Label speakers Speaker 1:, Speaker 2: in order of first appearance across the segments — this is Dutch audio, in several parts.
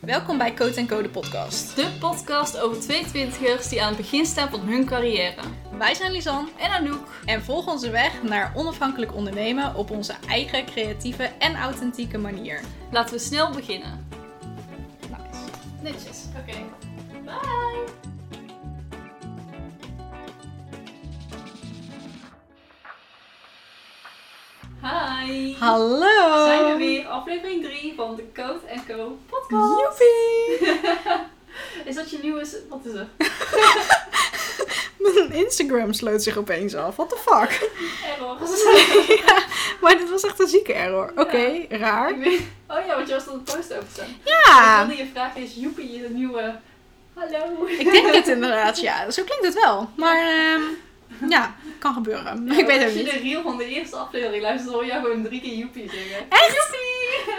Speaker 1: Welkom bij Code Code podcast.
Speaker 2: De podcast over 22ers die aan het begin staan van hun carrière.
Speaker 1: Wij zijn Lisanne
Speaker 2: En Anouk.
Speaker 1: en volg onze weg naar onafhankelijk ondernemen op onze eigen creatieve en authentieke manier.
Speaker 2: Laten we snel beginnen.
Speaker 1: Nice.
Speaker 2: Netjes. Oké. Bye. Hi.
Speaker 1: Hallo!
Speaker 2: Zijn we weer aflevering 3 van de Code Co podcast.
Speaker 1: Joepie!
Speaker 2: Is dat je nieuwe... Wat is er?
Speaker 1: Mijn Instagram sloot zich opeens af. What the fuck?
Speaker 2: Error.
Speaker 1: Maar dit was echt een zieke error. Oké,
Speaker 2: Ik
Speaker 1: raar.
Speaker 2: weet- oh ja, want je was aan de post open staan. Ik
Speaker 1: Ja!
Speaker 2: wilde je vragen, is Joepie de nieuwe... Hallo.
Speaker 1: Ik denk het inderdaad, ja. Zo klinkt het wel. Maar ehm, ja, kan gebeuren. Ik weet het
Speaker 2: Als je
Speaker 1: niet.
Speaker 2: de reel van de eerste aflevering luistert, hoor je jou gewoon drie keer joepie zeggen.
Speaker 1: Echt?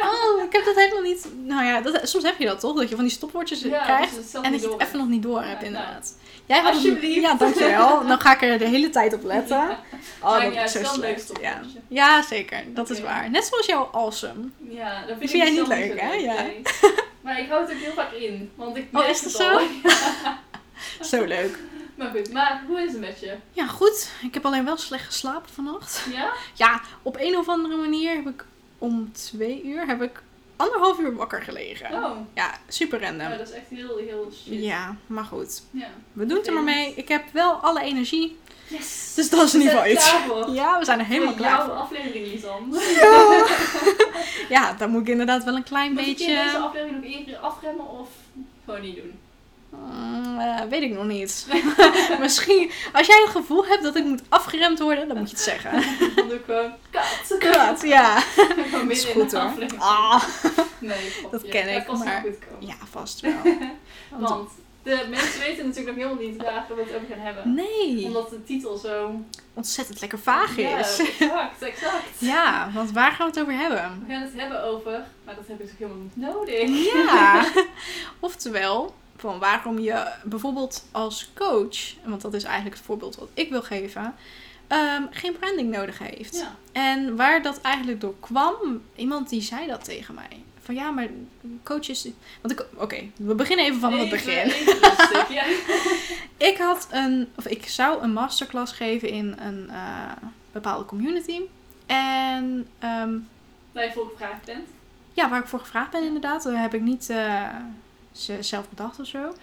Speaker 1: Oh, ik heb dat helemaal niet. Nou ja, dat, soms heb je dat toch? Dat je van die stopwoordjes krijgt
Speaker 2: dus zelf
Speaker 1: en dat
Speaker 2: niet
Speaker 1: je het
Speaker 2: door.
Speaker 1: even nog niet door hebt,
Speaker 2: Ja,
Speaker 1: inderdaad. Jij had het-
Speaker 2: Alsjeblieft.
Speaker 1: Ja, dankjewel. Dan ga ik er de hele tijd op letten.
Speaker 2: Ja.
Speaker 1: Oh,
Speaker 2: Maar
Speaker 1: dat
Speaker 2: ja,
Speaker 1: is zo
Speaker 2: het is wel een leuk
Speaker 1: slecht. Ja.
Speaker 2: stopwoordje.
Speaker 1: ja, zeker. Dat is
Speaker 2: Oké.
Speaker 1: waar. Net zoals jouw awesome.
Speaker 2: Ja, dat
Speaker 1: Vind
Speaker 2: vind,
Speaker 1: jij
Speaker 2: ik
Speaker 1: niet
Speaker 2: zelf
Speaker 1: leuk,
Speaker 2: zo
Speaker 1: hè? Ja.
Speaker 2: nee. Maar ik houd het ook heel vaak in, want ik
Speaker 1: Oh,
Speaker 2: merk
Speaker 1: is dat
Speaker 2: het al.
Speaker 1: zo? Zo leuk.
Speaker 2: Maar goed, maar hoe is het met je?
Speaker 1: Ja, goed. Ik heb alleen wel slecht geslapen vannacht.
Speaker 2: Ja?
Speaker 1: Ja, op een of andere manier heb ik om twee uur heb ik anderhalf uur wakker gelegen.
Speaker 2: Oh,
Speaker 1: Ja, super random.
Speaker 2: nou, dat is echt heel, heel shit.
Speaker 1: Ja, maar goed.
Speaker 2: Ja.
Speaker 1: We doen het er maar mee. Ik heb wel alle energie.
Speaker 2: Yes!
Speaker 1: Dus dat is in
Speaker 2: We
Speaker 1: ieder geval
Speaker 2: zijn
Speaker 1: iets.
Speaker 2: klaar voor.
Speaker 1: Ja, we zijn er helemaal
Speaker 2: voor
Speaker 1: klaar
Speaker 2: jouw
Speaker 1: voor.
Speaker 2: aflevering, Lisan.
Speaker 1: Ja, dan moet ik inderdaad wel een klein
Speaker 2: Moet ik in
Speaker 1: beetje...
Speaker 2: deze aflevering nog één keer afremmen of gewoon niet doen?
Speaker 1: Mm, eh, weet ik nog niet. Misschien, als jij het gevoel hebt dat ik moet afgeremd worden, dan moet je het zeggen.
Speaker 2: Dan doe ik gewoon kat.
Speaker 1: Kut, ja.
Speaker 2: Gewoon midden
Speaker 1: Is
Speaker 2: in
Speaker 1: goed
Speaker 2: de
Speaker 1: hoor.
Speaker 2: aflevering.
Speaker 1: Ah,
Speaker 2: Nee, grapje.
Speaker 1: Dat ken ik,
Speaker 2: Dat kan
Speaker 1: maar-
Speaker 2: goed komen.
Speaker 1: ja, vast wel. Want-
Speaker 2: Want de mensen weten natuurlijk nog helemaal niet waar we het over gaan hebben.
Speaker 1: Nee,
Speaker 2: Omdat de titel zo...
Speaker 1: ontzettend lekker vaag
Speaker 2: Ja,
Speaker 1: is.
Speaker 2: exact, exact.
Speaker 1: Ja, want waar gaan we het over
Speaker 2: We
Speaker 1: hebben?
Speaker 2: gaan het hebben over... Maar dat heb ik natuurlijk helemaal niet nodig.
Speaker 1: Ja, oftewel, van waarom je bijvoorbeeld als coach, want dat is eigenlijk het voorbeeld wat ik wil geven, ehm, geen branding nodig heeft.
Speaker 2: Ja.
Speaker 1: En waar dat eigenlijk door kwam, iemand die zei dat tegen mij. Van ja, maar coaches. Want ik. Oké, we beginnen even van het
Speaker 2: Even-
Speaker 1: begin.
Speaker 2: even rustig, ja.
Speaker 1: Ik had een. Of ik zou een masterclass geven in een eh, bepaalde community. En. ehm,
Speaker 2: Waar je voor gevraagd bent.
Speaker 1: ja, waar ik voor gevraagd ben, inderdaad. Dat heb ik niet eh, ze- zelf bedacht of zo.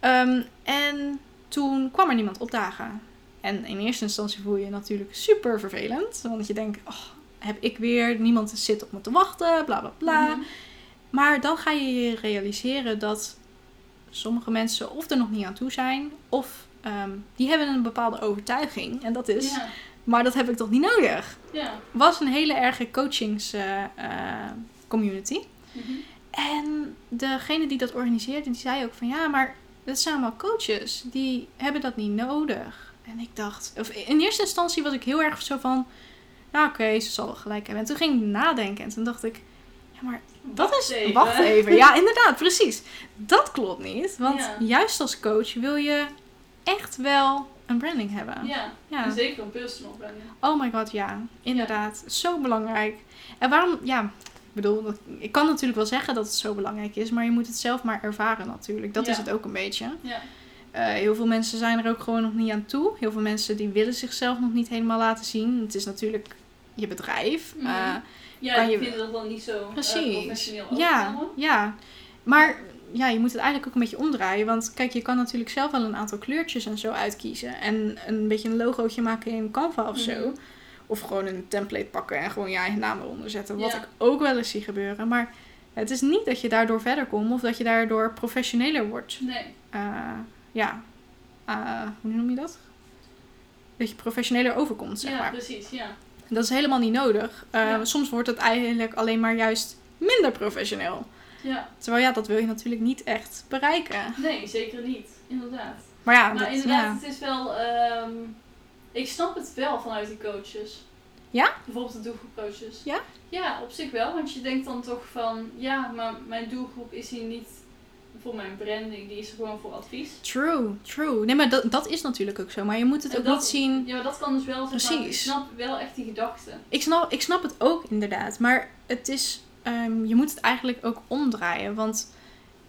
Speaker 1: Ehm, en toen kwam er niemand opdagen. En in eerste instantie voel je je natuurlijk super vervelend. Want je denkt, oh, heb ik weer, niemand zit op me te wachten, bla bla bla.
Speaker 2: Mhm.
Speaker 1: Maar dan ga je je realiseren dat sommige mensen of er nog niet aan toe zijn, of ehm, die hebben een bepaalde overtuiging. En dat is,
Speaker 2: Ja.
Speaker 1: maar dat heb ik toch niet nodig.
Speaker 2: ja.
Speaker 1: Was een hele erge coachingscommunity.
Speaker 2: Mhm.
Speaker 1: en degene die dat organiseerde, die zei ook van ja, maar dat zijn allemaal coaches, die hebben dat niet nodig. En ik dacht, of in eerste instantie was ik heel erg zo van, nou oké, ze zal wel gelijk hebben. En toen ging ik nadenken en toen dacht ik, ja maar dat is.
Speaker 2: Zeker.
Speaker 1: Wacht even. Ja, inderdaad, precies. Dat klopt niet. Want
Speaker 2: Ja.
Speaker 1: juist als coach wil je echt wel een branding hebben.
Speaker 2: Ja, dus
Speaker 1: Ja.
Speaker 2: en zeker een personal branding.
Speaker 1: Oh my god, ja. Inderdaad. Zo belangrijk. En waarom, ja, ik bedoel, dat- ik kan natuurlijk wel zeggen dat het zo belangrijk is, maar je moet het zelf maar ervaren natuurlijk. Dat
Speaker 2: Ja.
Speaker 1: is het ook een beetje.
Speaker 2: Ja.
Speaker 1: Eh, heel veel mensen zijn er ook gewoon nog niet aan toe. Heel veel mensen die willen zichzelf nog niet helemaal laten zien. Het is natuurlijk je bedrijf.
Speaker 2: Mhm.
Speaker 1: Eh,
Speaker 2: Ja,
Speaker 1: Kan
Speaker 2: ik
Speaker 1: je-
Speaker 2: vind dat dan niet zo eh,
Speaker 1: Precies.
Speaker 2: professioneel
Speaker 1: ja,
Speaker 2: overkomen.
Speaker 1: ja. Maar ja, je moet het eigenlijk ook een beetje omdraaien. Want kijk, je kan natuurlijk zelf wel een aantal kleurtjes en zo uitkiezen. En een beetje een logootje maken in Canva of zo.
Speaker 2: Mhm.
Speaker 1: Of gewoon een template pakken en gewoon je eigen naam eronder zetten. Wat
Speaker 2: Ja.
Speaker 1: ik ook wel eens zie gebeuren. Maar het is niet dat je daardoor verder komt of dat je daardoor professioneler wordt.
Speaker 2: Nee.
Speaker 1: Eh, ja, Eh, hoe noem je dat? Dat je professioneler overkomt, zeg
Speaker 2: ja,
Speaker 1: maar.
Speaker 2: precies, ja.
Speaker 1: Dat is helemaal niet nodig. Eh,
Speaker 2: Ja.
Speaker 1: Soms wordt het eigenlijk alleen maar juist minder professioneel.
Speaker 2: Ja,
Speaker 1: Terwijl ja, dat wil je natuurlijk niet echt bereiken.
Speaker 2: nee, zeker niet. Inderdaad.
Speaker 1: Maar ja,
Speaker 2: Maar
Speaker 1: Ah, dat,
Speaker 2: Nou, inderdaad,
Speaker 1: ja.
Speaker 2: het is wel. ehm, ik snap het wel vanuit die coaches.
Speaker 1: Ja?
Speaker 2: Bijvoorbeeld de doelgroepcoaches.
Speaker 1: Ja?
Speaker 2: Ja, op zich wel, want je denkt dan toch van ja, maar mijn doelgroep is hier niet voor mijn branding, die is er gewoon voor advies.
Speaker 1: True, true. Nee, maar dat, dat is natuurlijk ook zo. Maar je moet het
Speaker 2: En
Speaker 1: ook
Speaker 2: dat-
Speaker 1: niet zien...
Speaker 2: Ja, maar dat kan dus wel. Zeg maar, ik
Speaker 1: Precies.
Speaker 2: snap wel echt die gedachte.
Speaker 1: Ik snap, ik snap het ook inderdaad. Maar het is, ehm, je moet het eigenlijk ook omdraaien. Want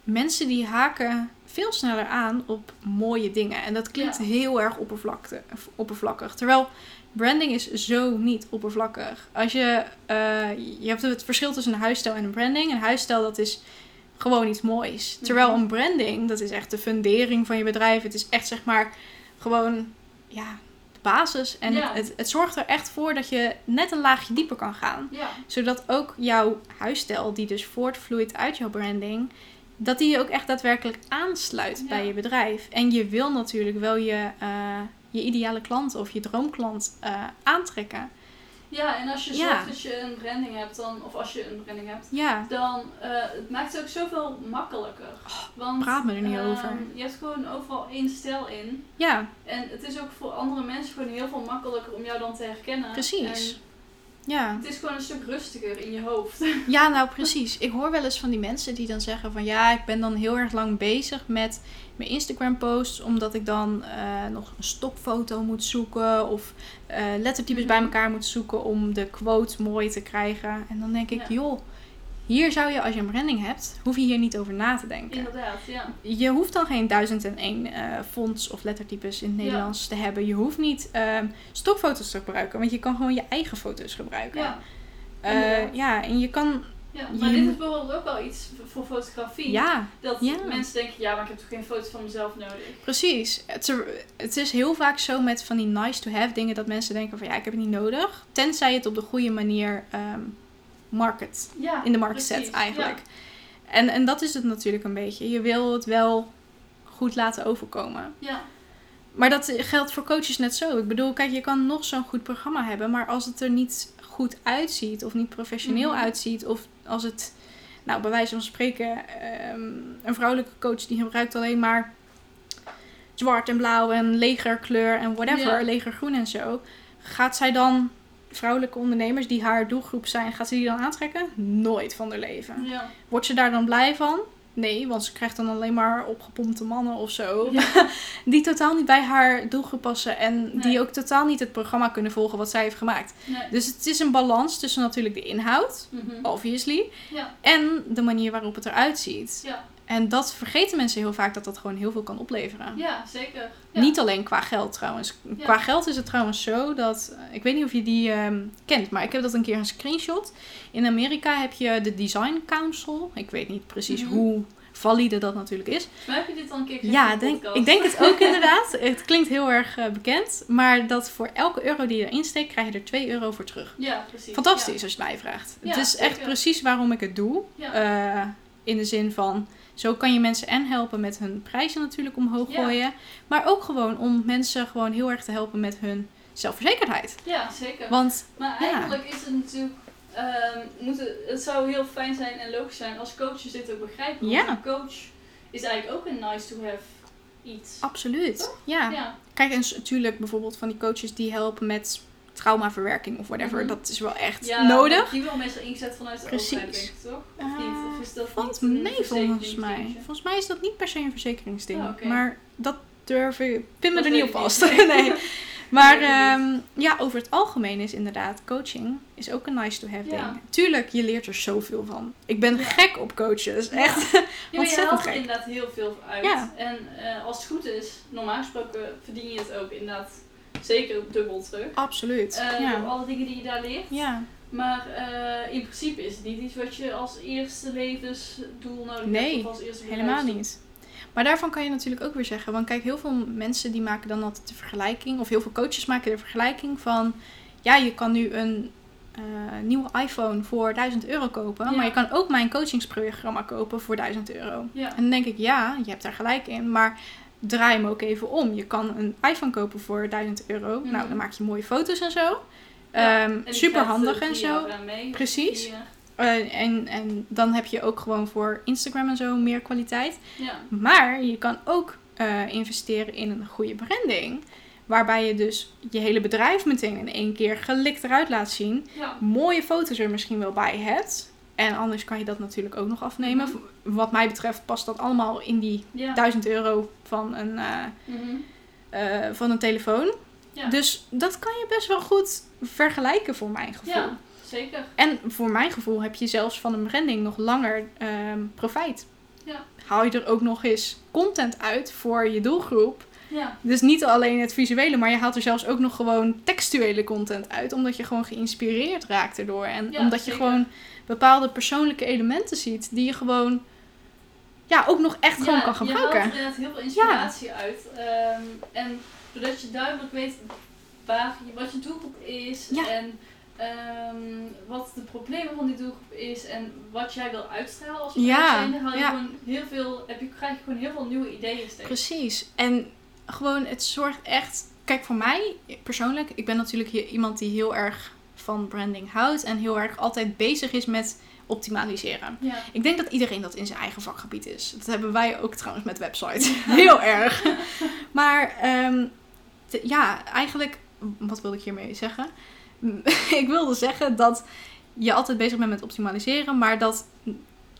Speaker 1: mensen die haken veel sneller aan op mooie dingen. En dat klinkt
Speaker 2: Ja.
Speaker 1: heel erg oppervlakte, of oppervlakkig. Terwijl branding is zo niet oppervlakkig. Als je, eh, je hebt het verschil tussen een huisstijl en een branding. Een huisstijl dat is gewoon iets moois. Terwijl
Speaker 2: Mhm.
Speaker 1: een branding, dat is echt de fundering van je bedrijf. Het is echt zeg maar gewoon, ja, de basis. En
Speaker 2: Ja.
Speaker 1: het, het zorgt er echt voor dat je net een laagje dieper kan gaan.
Speaker 2: Ja,
Speaker 1: Zodat ook jouw huisstijl, die dus voortvloeit uit jouw branding, dat die je ook echt daadwerkelijk aansluit
Speaker 2: Ja.
Speaker 1: bij je bedrijf. En je wil natuurlijk wel je, eh, je ideale klant of je droomklant eh, aantrekken.
Speaker 2: ja en als je
Speaker 1: Ja.
Speaker 2: zorgt dat je een branding hebt, dan, of als je een branding hebt,
Speaker 1: Ja,
Speaker 2: dan eh, het maakt het ook zoveel makkelijker. Want,
Speaker 1: Oh, praat me er niet
Speaker 2: ehm,
Speaker 1: over.
Speaker 2: Je hebt gewoon overal één stijl in.
Speaker 1: ja,
Speaker 2: En het is ook voor andere mensen gewoon heel veel makkelijker om jou dan te herkennen.
Speaker 1: Precies.
Speaker 2: Ah, En
Speaker 1: ja.
Speaker 2: het is gewoon een stuk rustiger in je hoofd.
Speaker 1: Ja, nou precies. Ik hoor wel eens van die mensen die dan zeggen van ja, ik ben dan heel erg lang bezig met mijn Instagram posts. Omdat ik dan eh, nog een stokfoto moet zoeken of eh, lettertypes
Speaker 2: Mhm.
Speaker 1: bij elkaar moet zoeken om de quote mooi te krijgen. En dan denk ik,
Speaker 2: Ja.
Speaker 1: joh, hier zou je als je een branding hebt, hoef je hier niet over na te denken.
Speaker 2: Inderdaad, ja.
Speaker 1: Je hoeft dan geen 1001 eh fonts of lettertypes in het
Speaker 2: Ja.
Speaker 1: Nederlands te hebben. Je hoeft niet ehm, stokfoto's te gebruiken, want je kan gewoon je eigen foto's gebruiken.
Speaker 2: Ja,
Speaker 1: Eh,
Speaker 2: inderdaad.
Speaker 1: ja en je kan.
Speaker 2: ja. Maar
Speaker 1: Je
Speaker 2: dit is
Speaker 1: moet-
Speaker 2: bijvoorbeeld ook wel iets voor- voor fotografie.
Speaker 1: Ja.
Speaker 2: Dat
Speaker 1: Ja.
Speaker 2: mensen denken, ja, maar ik heb toch geen foto's van mezelf nodig.
Speaker 1: Precies. Het, er- het is heel vaak zo met van die nice to have dingen dat mensen denken van ja, ik heb het niet nodig. Tenzij je het op de goede manier ehm, market,
Speaker 2: Ja,
Speaker 1: in de markt zet
Speaker 2: precies,
Speaker 1: eigenlijk. En, en dat is het natuurlijk een beetje. Je wil het wel goed laten overkomen.
Speaker 2: Ja, ja.
Speaker 1: Maar dat geldt voor coaches net zo. Ik bedoel, kijk, je kan nog zo'n goed programma hebben, maar als het er niet goed uitziet of niet professioneel
Speaker 2: Mhm.
Speaker 1: uitziet of als het, nou, bij wijze van spreken, ehm, een vrouwelijke coach die gebruikt alleen maar zwart en blauw en legerkleur en whatever,
Speaker 2: Ja.
Speaker 1: legergroen en zo, gaat zij dan vrouwelijke ondernemers die haar doelgroep zijn, gaat ze die dan aantrekken? Nooit van haar leven.
Speaker 2: ja.
Speaker 1: Wordt ze daar dan blij van? Nee, want ze krijgt dan alleen maar opgepompte mannen of zo. Die totaal niet bij haar doelgroep passen. En
Speaker 2: Nee.
Speaker 1: die ook totaal niet het programma kunnen volgen wat zij heeft gemaakt.
Speaker 2: Nee.
Speaker 1: Dus het is een balans tussen natuurlijk de inhoud,
Speaker 2: Mhm.
Speaker 1: obviously.
Speaker 2: Ja,
Speaker 1: En de manier waarop het eruit ziet.
Speaker 2: ja,
Speaker 1: En dat vergeten mensen heel vaak dat dat gewoon heel veel kan opleveren.
Speaker 2: ja, zeker. Ja.
Speaker 1: Niet alleen qua geld trouwens.
Speaker 2: Ja.
Speaker 1: Qua geld is het trouwens zo dat. eh, Ik weet niet of je die ehm, kent, maar ik heb dat een keer een screenshot. In Amerika heb je de Design Council. Ik weet niet precies
Speaker 2: Mhm.
Speaker 1: hoe valide dat natuurlijk is.
Speaker 2: Maar heb je dit dan een keer gezegd in
Speaker 1: Ja,
Speaker 2: de
Speaker 1: denk,
Speaker 2: podcast?
Speaker 1: ik denk het ook inderdaad. Het klinkt heel erg eh, bekend. Maar dat voor elke euro die je erin steekt, krijg je er 2 euro voor terug.
Speaker 2: Ja, precies.
Speaker 1: Fantastisch als je mij vraagt.
Speaker 2: Ja,
Speaker 1: het is echt
Speaker 2: zeker.
Speaker 1: precies waarom ik het doe.
Speaker 2: Ja.
Speaker 1: Eh, in de zin van, zo kan je mensen en helpen met hun prijzen natuurlijk omhoog
Speaker 2: Ja.
Speaker 1: gooien. Maar ook gewoon om mensen gewoon heel erg te helpen met hun zelfverzekerdheid.
Speaker 2: Ja, ja zeker.
Speaker 1: Want
Speaker 2: Maar
Speaker 1: Ja.
Speaker 2: eigenlijk is het natuurlijk. ehm, moet het, het zou heel fijn zijn en logisch zijn als coaches dit ook begrijpen. Want
Speaker 1: Ja.
Speaker 2: een coach is eigenlijk ook een nice to have iets.
Speaker 1: absoluut,
Speaker 2: Toch?
Speaker 1: Oh, ja.
Speaker 2: ja.
Speaker 1: Kijk eens natuurlijk bijvoorbeeld van die coaches die helpen met traumaverwerking of whatever.
Speaker 2: Mhm.
Speaker 1: Dat is wel echt
Speaker 2: Ja,
Speaker 1: nodig.
Speaker 2: Die wil meestal ingezet vanuit de
Speaker 1: Precies.
Speaker 2: overheid, denk ik, toch?
Speaker 1: Eh,
Speaker 2: Of niet? Of is dat
Speaker 1: Valt
Speaker 2: niet een
Speaker 1: mee volgens mij.
Speaker 2: verzekeringsdingetje?
Speaker 1: Volgens mij is dat niet per se een verzekeringsding.
Speaker 2: Oh, oké.
Speaker 1: Maar dat durf ik... Pin me
Speaker 2: Dat
Speaker 1: er
Speaker 2: weet
Speaker 1: niet op
Speaker 2: ik
Speaker 1: vast.
Speaker 2: niet.
Speaker 1: nee. Maar
Speaker 2: Nee, ik
Speaker 1: ehm, ja, over het algemeen is inderdaad coaching is ook een nice to have
Speaker 2: Ja.
Speaker 1: ding. Tuurlijk, je leert er zoveel van. Ik ben
Speaker 2: Ja.
Speaker 1: gek op coaches.
Speaker 2: Ja.
Speaker 1: Echt.
Speaker 2: Ja, maar je
Speaker 1: Ontzettend
Speaker 2: haalt er
Speaker 1: gek.
Speaker 2: inderdaad heel veel uit.
Speaker 1: Ja.
Speaker 2: En eh, als het goed is, normaal gesproken verdien je het ook inderdaad zeker dubbel terug.
Speaker 1: Absoluut.
Speaker 2: Eh, Door
Speaker 1: ja.
Speaker 2: alle dingen die je daar leert.
Speaker 1: ja.
Speaker 2: Maar eh, in principe is het niet iets wat je als eerste levensdoel nodig hebt.
Speaker 1: Nee,
Speaker 2: Of als eerste
Speaker 1: Helemaal niet. Maar daarvan kan je natuurlijk ook weer zeggen. Want kijk, heel veel mensen die maken dan altijd de vergelijking. Of heel veel coaches maken de vergelijking van. Ja, je kan nu een eh, nieuwe iPhone voor 1000 euro kopen.
Speaker 2: Ja.
Speaker 1: Maar je kan ook mijn coachingsprogramma kopen voor 1000 euro.
Speaker 2: Ja,
Speaker 1: En dan denk ik, ja, je hebt daar gelijk in. Maar draai hem ook even om. Je kan een iPhone kopen voor 1000 euro.
Speaker 2: Mhm.
Speaker 1: Nou, dan maak je mooie foto's en zo.
Speaker 2: Ja,
Speaker 1: Ehm, super handig en
Speaker 2: eh,
Speaker 1: zo. Precies. Eh, en, en dan heb je ook gewoon voor Instagram en zo meer kwaliteit.
Speaker 2: Ja.
Speaker 1: Maar je kan ook eh, investeren in een goede branding. Waarbij je dus je hele bedrijf meteen in één keer gelikt eruit laat zien.
Speaker 2: Ja.
Speaker 1: Mooie foto's er misschien wel bij hebt. En anders kan je dat natuurlijk ook nog afnemen. Wat mij betreft past dat allemaal in die
Speaker 2: Mhm. Ja.
Speaker 1: 1000 euro van een, eh,
Speaker 2: Mhm.
Speaker 1: eh, van een telefoon.
Speaker 2: Ja.
Speaker 1: Dus dat kan je best wel goed vergelijken voor mijn gevoel.
Speaker 2: ja, zeker.
Speaker 1: En voor mijn gevoel heb je zelfs van een branding nog langer ehm, profijt.
Speaker 2: Ja.
Speaker 1: Haal je er ook nog eens content uit voor je doelgroep.
Speaker 2: Ja,
Speaker 1: Dus niet alleen het visuele, maar je haalt er zelfs ook nog gewoon textuele content uit. Omdat je gewoon geïnspireerd raakt erdoor. En
Speaker 2: Ja,
Speaker 1: omdat je
Speaker 2: zeker.
Speaker 1: gewoon bepaalde persoonlijke elementen ziet die je gewoon ja, ook nog echt gewoon
Speaker 2: Ja,
Speaker 1: kan
Speaker 2: Je
Speaker 1: gebruiken.
Speaker 2: haalt inderdaad heel veel inspiratie uit. Ehm, en doordat je duidelijk weet waar, je- wat je doelgroep is
Speaker 1: Ja.
Speaker 2: en ehm, wat de problemen van die doelgroep is en wat jij wil uitstralen als
Speaker 1: Ja,
Speaker 2: persoon zijnde, haal je
Speaker 1: ja.
Speaker 2: gewoon heel veel, heb je, krijg je gewoon heel veel nieuwe ideeën steeds.
Speaker 1: Precies. En gewoon, het zorgt echt. Kijk, voor mij persoonlijk, ik ben natuurlijk hier iemand die heel erg van branding houdt en heel erg altijd bezig is met optimaliseren.
Speaker 2: Ja,
Speaker 1: Ik denk dat iedereen dat in zijn eigen vakgebied is. Dat hebben wij ook trouwens met websites. Heel erg. Maar ehm, te- ja, eigenlijk, wat wilde ik hiermee zeggen? ik wilde zeggen dat je altijd bezig bent met optimaliseren, maar dat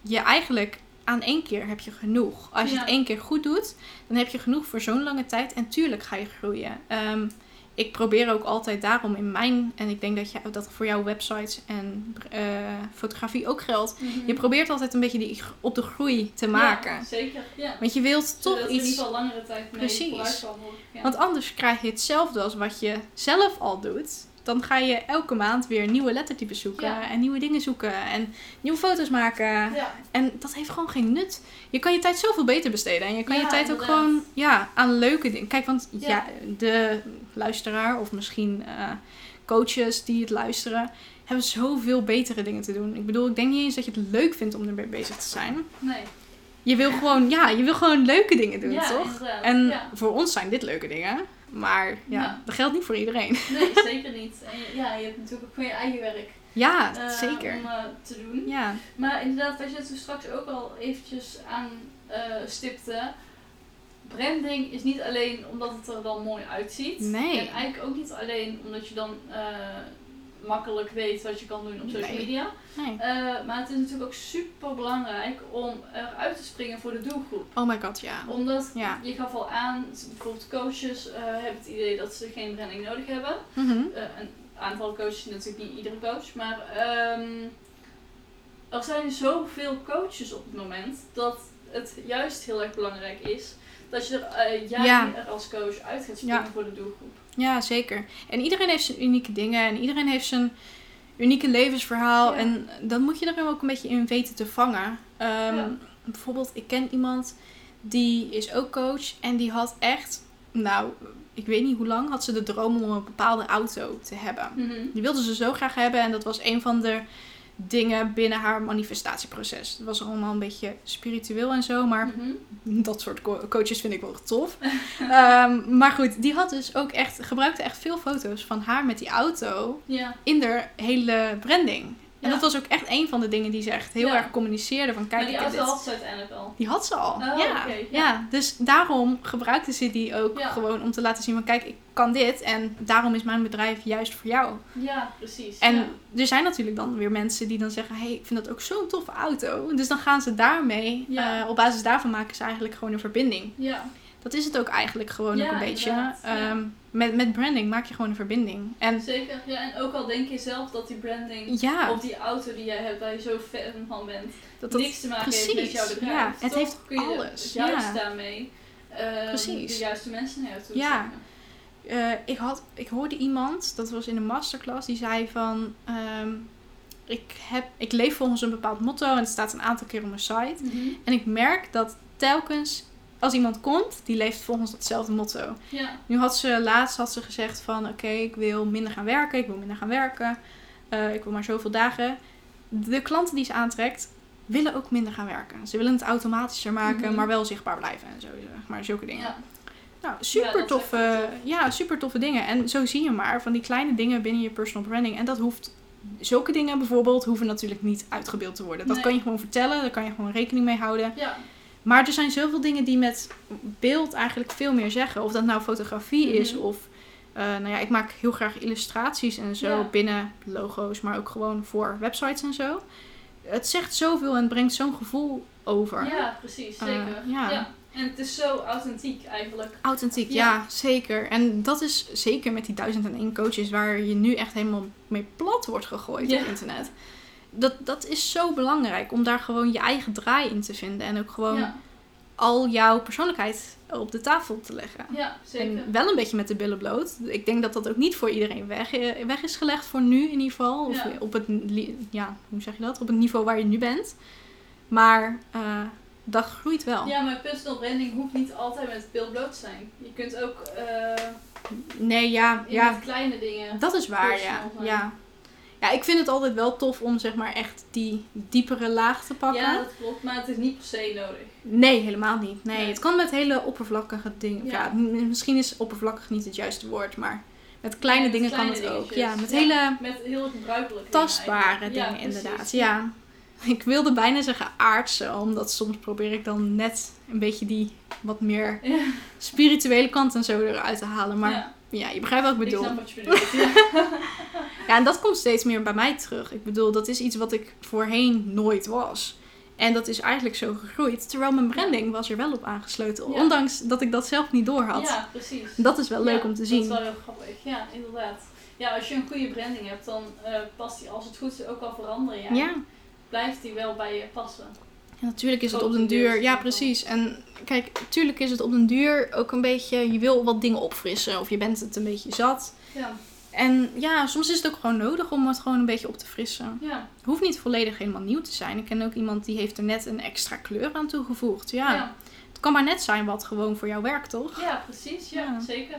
Speaker 1: je eigenlijk aan één keer heb je genoeg. Als je
Speaker 2: Ja.
Speaker 1: het één keer goed doet, dan heb je genoeg voor zo'n lange tijd en tuurlijk ga je groeien. Ehm, ik probeer ook altijd daarom in mijn, en ik denk dat, je, dat voor jouw websites en eh, fotografie ook geldt,
Speaker 2: Mhm.
Speaker 1: je probeert altijd een beetje die gr- op de groei te
Speaker 2: Ja,
Speaker 1: maken.
Speaker 2: zeker, ja.
Speaker 1: Want je wilt
Speaker 2: Zodat
Speaker 1: toch
Speaker 2: er in ieder
Speaker 1: iets.
Speaker 2: geval langere tijd mee
Speaker 1: Precies.
Speaker 2: vooruit kan worden. Ja.
Speaker 1: Want anders krijg je hetzelfde als wat je zelf al doet. Dan ga je elke maand weer nieuwe lettertypes zoeken.
Speaker 2: Ja.
Speaker 1: En nieuwe dingen zoeken. En nieuwe foto's maken.
Speaker 2: ja,
Speaker 1: En dat heeft gewoon geen nut. Je kan je tijd zoveel beter besteden. En je kan
Speaker 2: Ja,
Speaker 1: je tijd ook
Speaker 2: inderdaad.
Speaker 1: gewoon ja, aan leuke dingen. Kijk, want ja.
Speaker 2: Ja.
Speaker 1: de luisteraar of misschien eh, coaches die het luisteren, hebben zoveel betere dingen te doen. Ik bedoel, ik denk niet eens dat je het leuk vindt om ermee bezig te zijn.
Speaker 2: nee.
Speaker 1: Je wil gewoon, ja, je wil gewoon leuke dingen doen,
Speaker 2: ja,
Speaker 1: toch?
Speaker 2: inderdaad.
Speaker 1: En
Speaker 2: Ja.
Speaker 1: voor ons zijn dit leuke dingen. Maar ja,
Speaker 2: Ja.
Speaker 1: dat geldt niet voor iedereen.
Speaker 2: Nee, zeker niet. En je- ja, je hebt natuurlijk ook gewoon je eigen werk
Speaker 1: Ja,
Speaker 2: eh,
Speaker 1: zeker.
Speaker 2: om eh, te doen.
Speaker 1: Ja.
Speaker 2: Maar inderdaad, wat je toen straks ook al eventjes aan eh, stipte. Branding is niet alleen omdat het er dan mooi uitziet.
Speaker 1: Nee.
Speaker 2: En eigenlijk ook niet alleen omdat je dan eh, makkelijk weet wat je kan doen op social
Speaker 1: Nee.
Speaker 2: media.
Speaker 1: Nee.
Speaker 2: Eh, maar het is natuurlijk ook super belangrijk om eruit te springen voor de doelgroep.
Speaker 1: Oh my god, ja.
Speaker 2: Omdat
Speaker 1: Ja.
Speaker 2: je gaf al aan, bijvoorbeeld coaches eh, hebben het idee dat ze geen branding nodig hebben.
Speaker 1: Mhm.
Speaker 2: Eh, een aantal coaches, natuurlijk niet iedere coach, maar ehm, er zijn zoveel coaches op het moment dat het juist heel erg belangrijk is dat je er, eh, jij
Speaker 1: Ja.
Speaker 2: er als coach uit gaat springen
Speaker 1: Ja.
Speaker 2: voor de doelgroep.
Speaker 1: Ja, zeker. En iedereen heeft zijn unieke dingen en iedereen heeft zijn unieke levensverhaal.
Speaker 2: Ja.
Speaker 1: En dat moet je er ook een beetje in weten te vangen. Ehm,
Speaker 2: Ja.
Speaker 1: Bijvoorbeeld, ik ken iemand die is ook coach en die had echt, nou, ik weet niet hoe lang, had ze de droom om een bepaalde auto te hebben.
Speaker 2: Mhm.
Speaker 1: Die wilde ze zo graag hebben en dat was een van de dingen binnen haar manifestatieproces. Het was allemaal een beetje spiritueel en zo, maar
Speaker 2: Mhm.
Speaker 1: dat soort co- coaches vind ik wel tof. Ehm, maar goed, die had dus ook echt, gebruikte echt veel foto's van haar met die auto
Speaker 2: Ja,
Speaker 1: in haar hele branding. En
Speaker 2: Ja.
Speaker 1: dat was ook echt een van de dingen die ze echt heel
Speaker 2: Ja.
Speaker 1: erg communiceerde van
Speaker 2: maar
Speaker 1: kijk,
Speaker 2: die
Speaker 1: ik heb
Speaker 2: auto
Speaker 1: dit.
Speaker 2: had ze uiteindelijk al.
Speaker 1: Die had ze al.
Speaker 2: Oh,
Speaker 1: ja.
Speaker 2: oké,
Speaker 1: ja.
Speaker 2: ja.
Speaker 1: dus daarom gebruikte ze die ook
Speaker 2: Ja.
Speaker 1: gewoon om te laten zien van kijk, ik kan dit en daarom is mijn bedrijf juist voor jou.
Speaker 2: Ja, precies.
Speaker 1: En
Speaker 2: ja.
Speaker 1: er zijn natuurlijk dan weer mensen die dan zeggen: hey, ik vind dat ook zo'n toffe auto. Dus dan gaan ze daarmee,
Speaker 2: Ja.
Speaker 1: eh, op basis daarvan maken ze eigenlijk gewoon een verbinding.
Speaker 2: Ja,
Speaker 1: Dat is het ook eigenlijk gewoon
Speaker 2: Ja,
Speaker 1: ook een beetje.
Speaker 2: inderdaad, ja.
Speaker 1: Ehm, met, met branding maak je gewoon een verbinding. En
Speaker 2: zeker. Ja, en ook al denk je zelf dat die branding
Speaker 1: ja,
Speaker 2: of die auto die jij hebt, waar je zo fan van bent,
Speaker 1: dat, dat,
Speaker 2: niks te maken heeft
Speaker 1: precies,
Speaker 2: met jouw bedrijf.
Speaker 1: ja, het
Speaker 2: toch?
Speaker 1: heeft
Speaker 2: Kun je
Speaker 1: alles,
Speaker 2: Juist
Speaker 1: ja.
Speaker 2: daarmee ehm,
Speaker 1: Precies.
Speaker 2: de juiste mensen naar jou toe
Speaker 1: Ja.
Speaker 2: trekken.
Speaker 1: eh, ik, had, ik hoorde iemand, dat was in een masterclass, die zei van. ehm, ik, heb, ik leef volgens een bepaald motto en het staat een aantal keer op mijn site. En ik merk dat telkens als iemand komt, die leeft volgens datzelfde motto.
Speaker 2: Ja,
Speaker 1: Nu had ze laatst had ze gezegd van oké, ik wil minder gaan werken, ik wil minder gaan werken, eh, ik wil maar zoveel dagen. De klanten die ze aantrekt willen ook minder gaan werken. Ze willen het automatischer maken,
Speaker 2: Mhm.
Speaker 1: maar wel zichtbaar blijven en zo, zeg maar zulke dingen.
Speaker 2: ja.
Speaker 1: Nou, super
Speaker 2: dat is echt
Speaker 1: toffe, ja, super toffe dingen. En zo zie je maar van die kleine dingen binnen je personal branding. En dat hoeft, zulke dingen bijvoorbeeld, hoeven natuurlijk niet uitgebeeld te worden. Dat
Speaker 2: Nee.
Speaker 1: kan je gewoon vertellen, daar kan je gewoon rekening mee houden.
Speaker 2: ja.
Speaker 1: Maar er zijn zoveel dingen die met beeld eigenlijk veel meer zeggen. Of dat nou fotografie is
Speaker 2: Mhm.
Speaker 1: of... eh, nou ja, ik maak heel graag illustraties en zo
Speaker 2: Ja.
Speaker 1: binnen logo's, maar ook gewoon voor websites en zo. het zegt zoveel en brengt zo'n gevoel over.
Speaker 2: Ja, precies,
Speaker 1: Eh,
Speaker 2: zeker.
Speaker 1: ja.
Speaker 2: ja. En het is zo authentiek eigenlijk.
Speaker 1: Authentiek, ja.
Speaker 2: Ja.
Speaker 1: zeker. En dat is zeker met die duizend en één coaches waar je nu echt helemaal mee plat wordt gegooid
Speaker 2: Ja.
Speaker 1: op internet. Dat, dat is zo belangrijk om daar gewoon je eigen draai in te vinden en ook gewoon
Speaker 2: Ja,
Speaker 1: al jouw persoonlijkheid op de tafel te leggen.
Speaker 2: ja zeker.
Speaker 1: En wel een beetje met de billen bloot. Ik denk dat dat ook niet voor iedereen weg, eh, weg is gelegd, voor nu in ieder geval. Of
Speaker 2: Ja.
Speaker 1: op het, li- ja, hoe zeg je dat? Op het niveau waar je nu bent. Maar eh, dat groeit wel.
Speaker 2: Ja, maar personal branding hoeft niet altijd met beeld bloot te zijn. Je kunt ook eh,
Speaker 1: Nee, ja,
Speaker 2: in
Speaker 1: ja,
Speaker 2: met kleine dingen.
Speaker 1: Dat is waar, ja.
Speaker 2: Personal zijn.
Speaker 1: ja. Ja, ik vind het altijd wel tof om zeg maar echt die diepere laag te pakken.
Speaker 2: Ja, dat klopt, maar het is niet per se nodig.
Speaker 1: Nee, helemaal niet. Nee,
Speaker 2: Nee.
Speaker 1: het kan met hele oppervlakkige dingen. Ja.
Speaker 2: Ja.
Speaker 1: m- misschien is oppervlakkig niet het juiste woord, maar met kleine
Speaker 2: Ja, met
Speaker 1: dingen
Speaker 2: kleine
Speaker 1: kan het ook.
Speaker 2: dingetjes.
Speaker 1: Ja, met
Speaker 2: Ja.
Speaker 1: hele
Speaker 2: Met heel gebruikelijke
Speaker 1: tastbare
Speaker 2: dingen,
Speaker 1: dingen
Speaker 2: eigenlijk. Ja,
Speaker 1: inderdaad.
Speaker 2: precies.
Speaker 1: Ja. Ik wilde bijna zeggen aardse, omdat soms probeer ik dan net een beetje die wat meer
Speaker 2: Ja,
Speaker 1: spirituele kant en zo eruit te halen. Maar ja,
Speaker 2: ja,
Speaker 1: je begrijpt wat ik
Speaker 2: ik
Speaker 1: bedoel.
Speaker 2: snap wat je bedoelt. Ja.
Speaker 1: Ja, en dat komt steeds meer bij mij terug. Ik bedoel, dat is iets wat ik voorheen nooit was. En dat is eigenlijk zo gegroeid. Terwijl mijn branding was er wel op aangesloten.
Speaker 2: Ja.
Speaker 1: Ondanks dat ik dat zelf niet door had.
Speaker 2: ja, precies.
Speaker 1: Dat is wel leuk om te zien.
Speaker 2: Dat is wel heel grappig, ja, inderdaad. Ja, als je een goede branding hebt, dan eh, past die als het goed is ook al veranderen. Ja.
Speaker 1: Ja.
Speaker 2: Blijft die wel bij je passen.
Speaker 1: En natuurlijk is het op
Speaker 2: Ook
Speaker 1: den
Speaker 2: een
Speaker 1: duur.
Speaker 2: deel.
Speaker 1: Ja, precies. En kijk, natuurlijk is het op den duur ook een beetje. Je wil wat dingen opfrissen. Of je bent het een beetje zat.
Speaker 2: Ja,
Speaker 1: En ja, soms is het ook gewoon nodig om het gewoon een beetje op te frissen.
Speaker 2: ja,
Speaker 1: Het hoeft niet volledig helemaal nieuw te zijn. Ik ken ook iemand die heeft er net een extra kleur aan toegevoegd.
Speaker 2: ja.
Speaker 1: ja.
Speaker 2: ja.
Speaker 1: Het kan maar net zijn wat gewoon voor jou werkt, toch?
Speaker 2: precies, ja,
Speaker 1: Ja.
Speaker 2: zeker.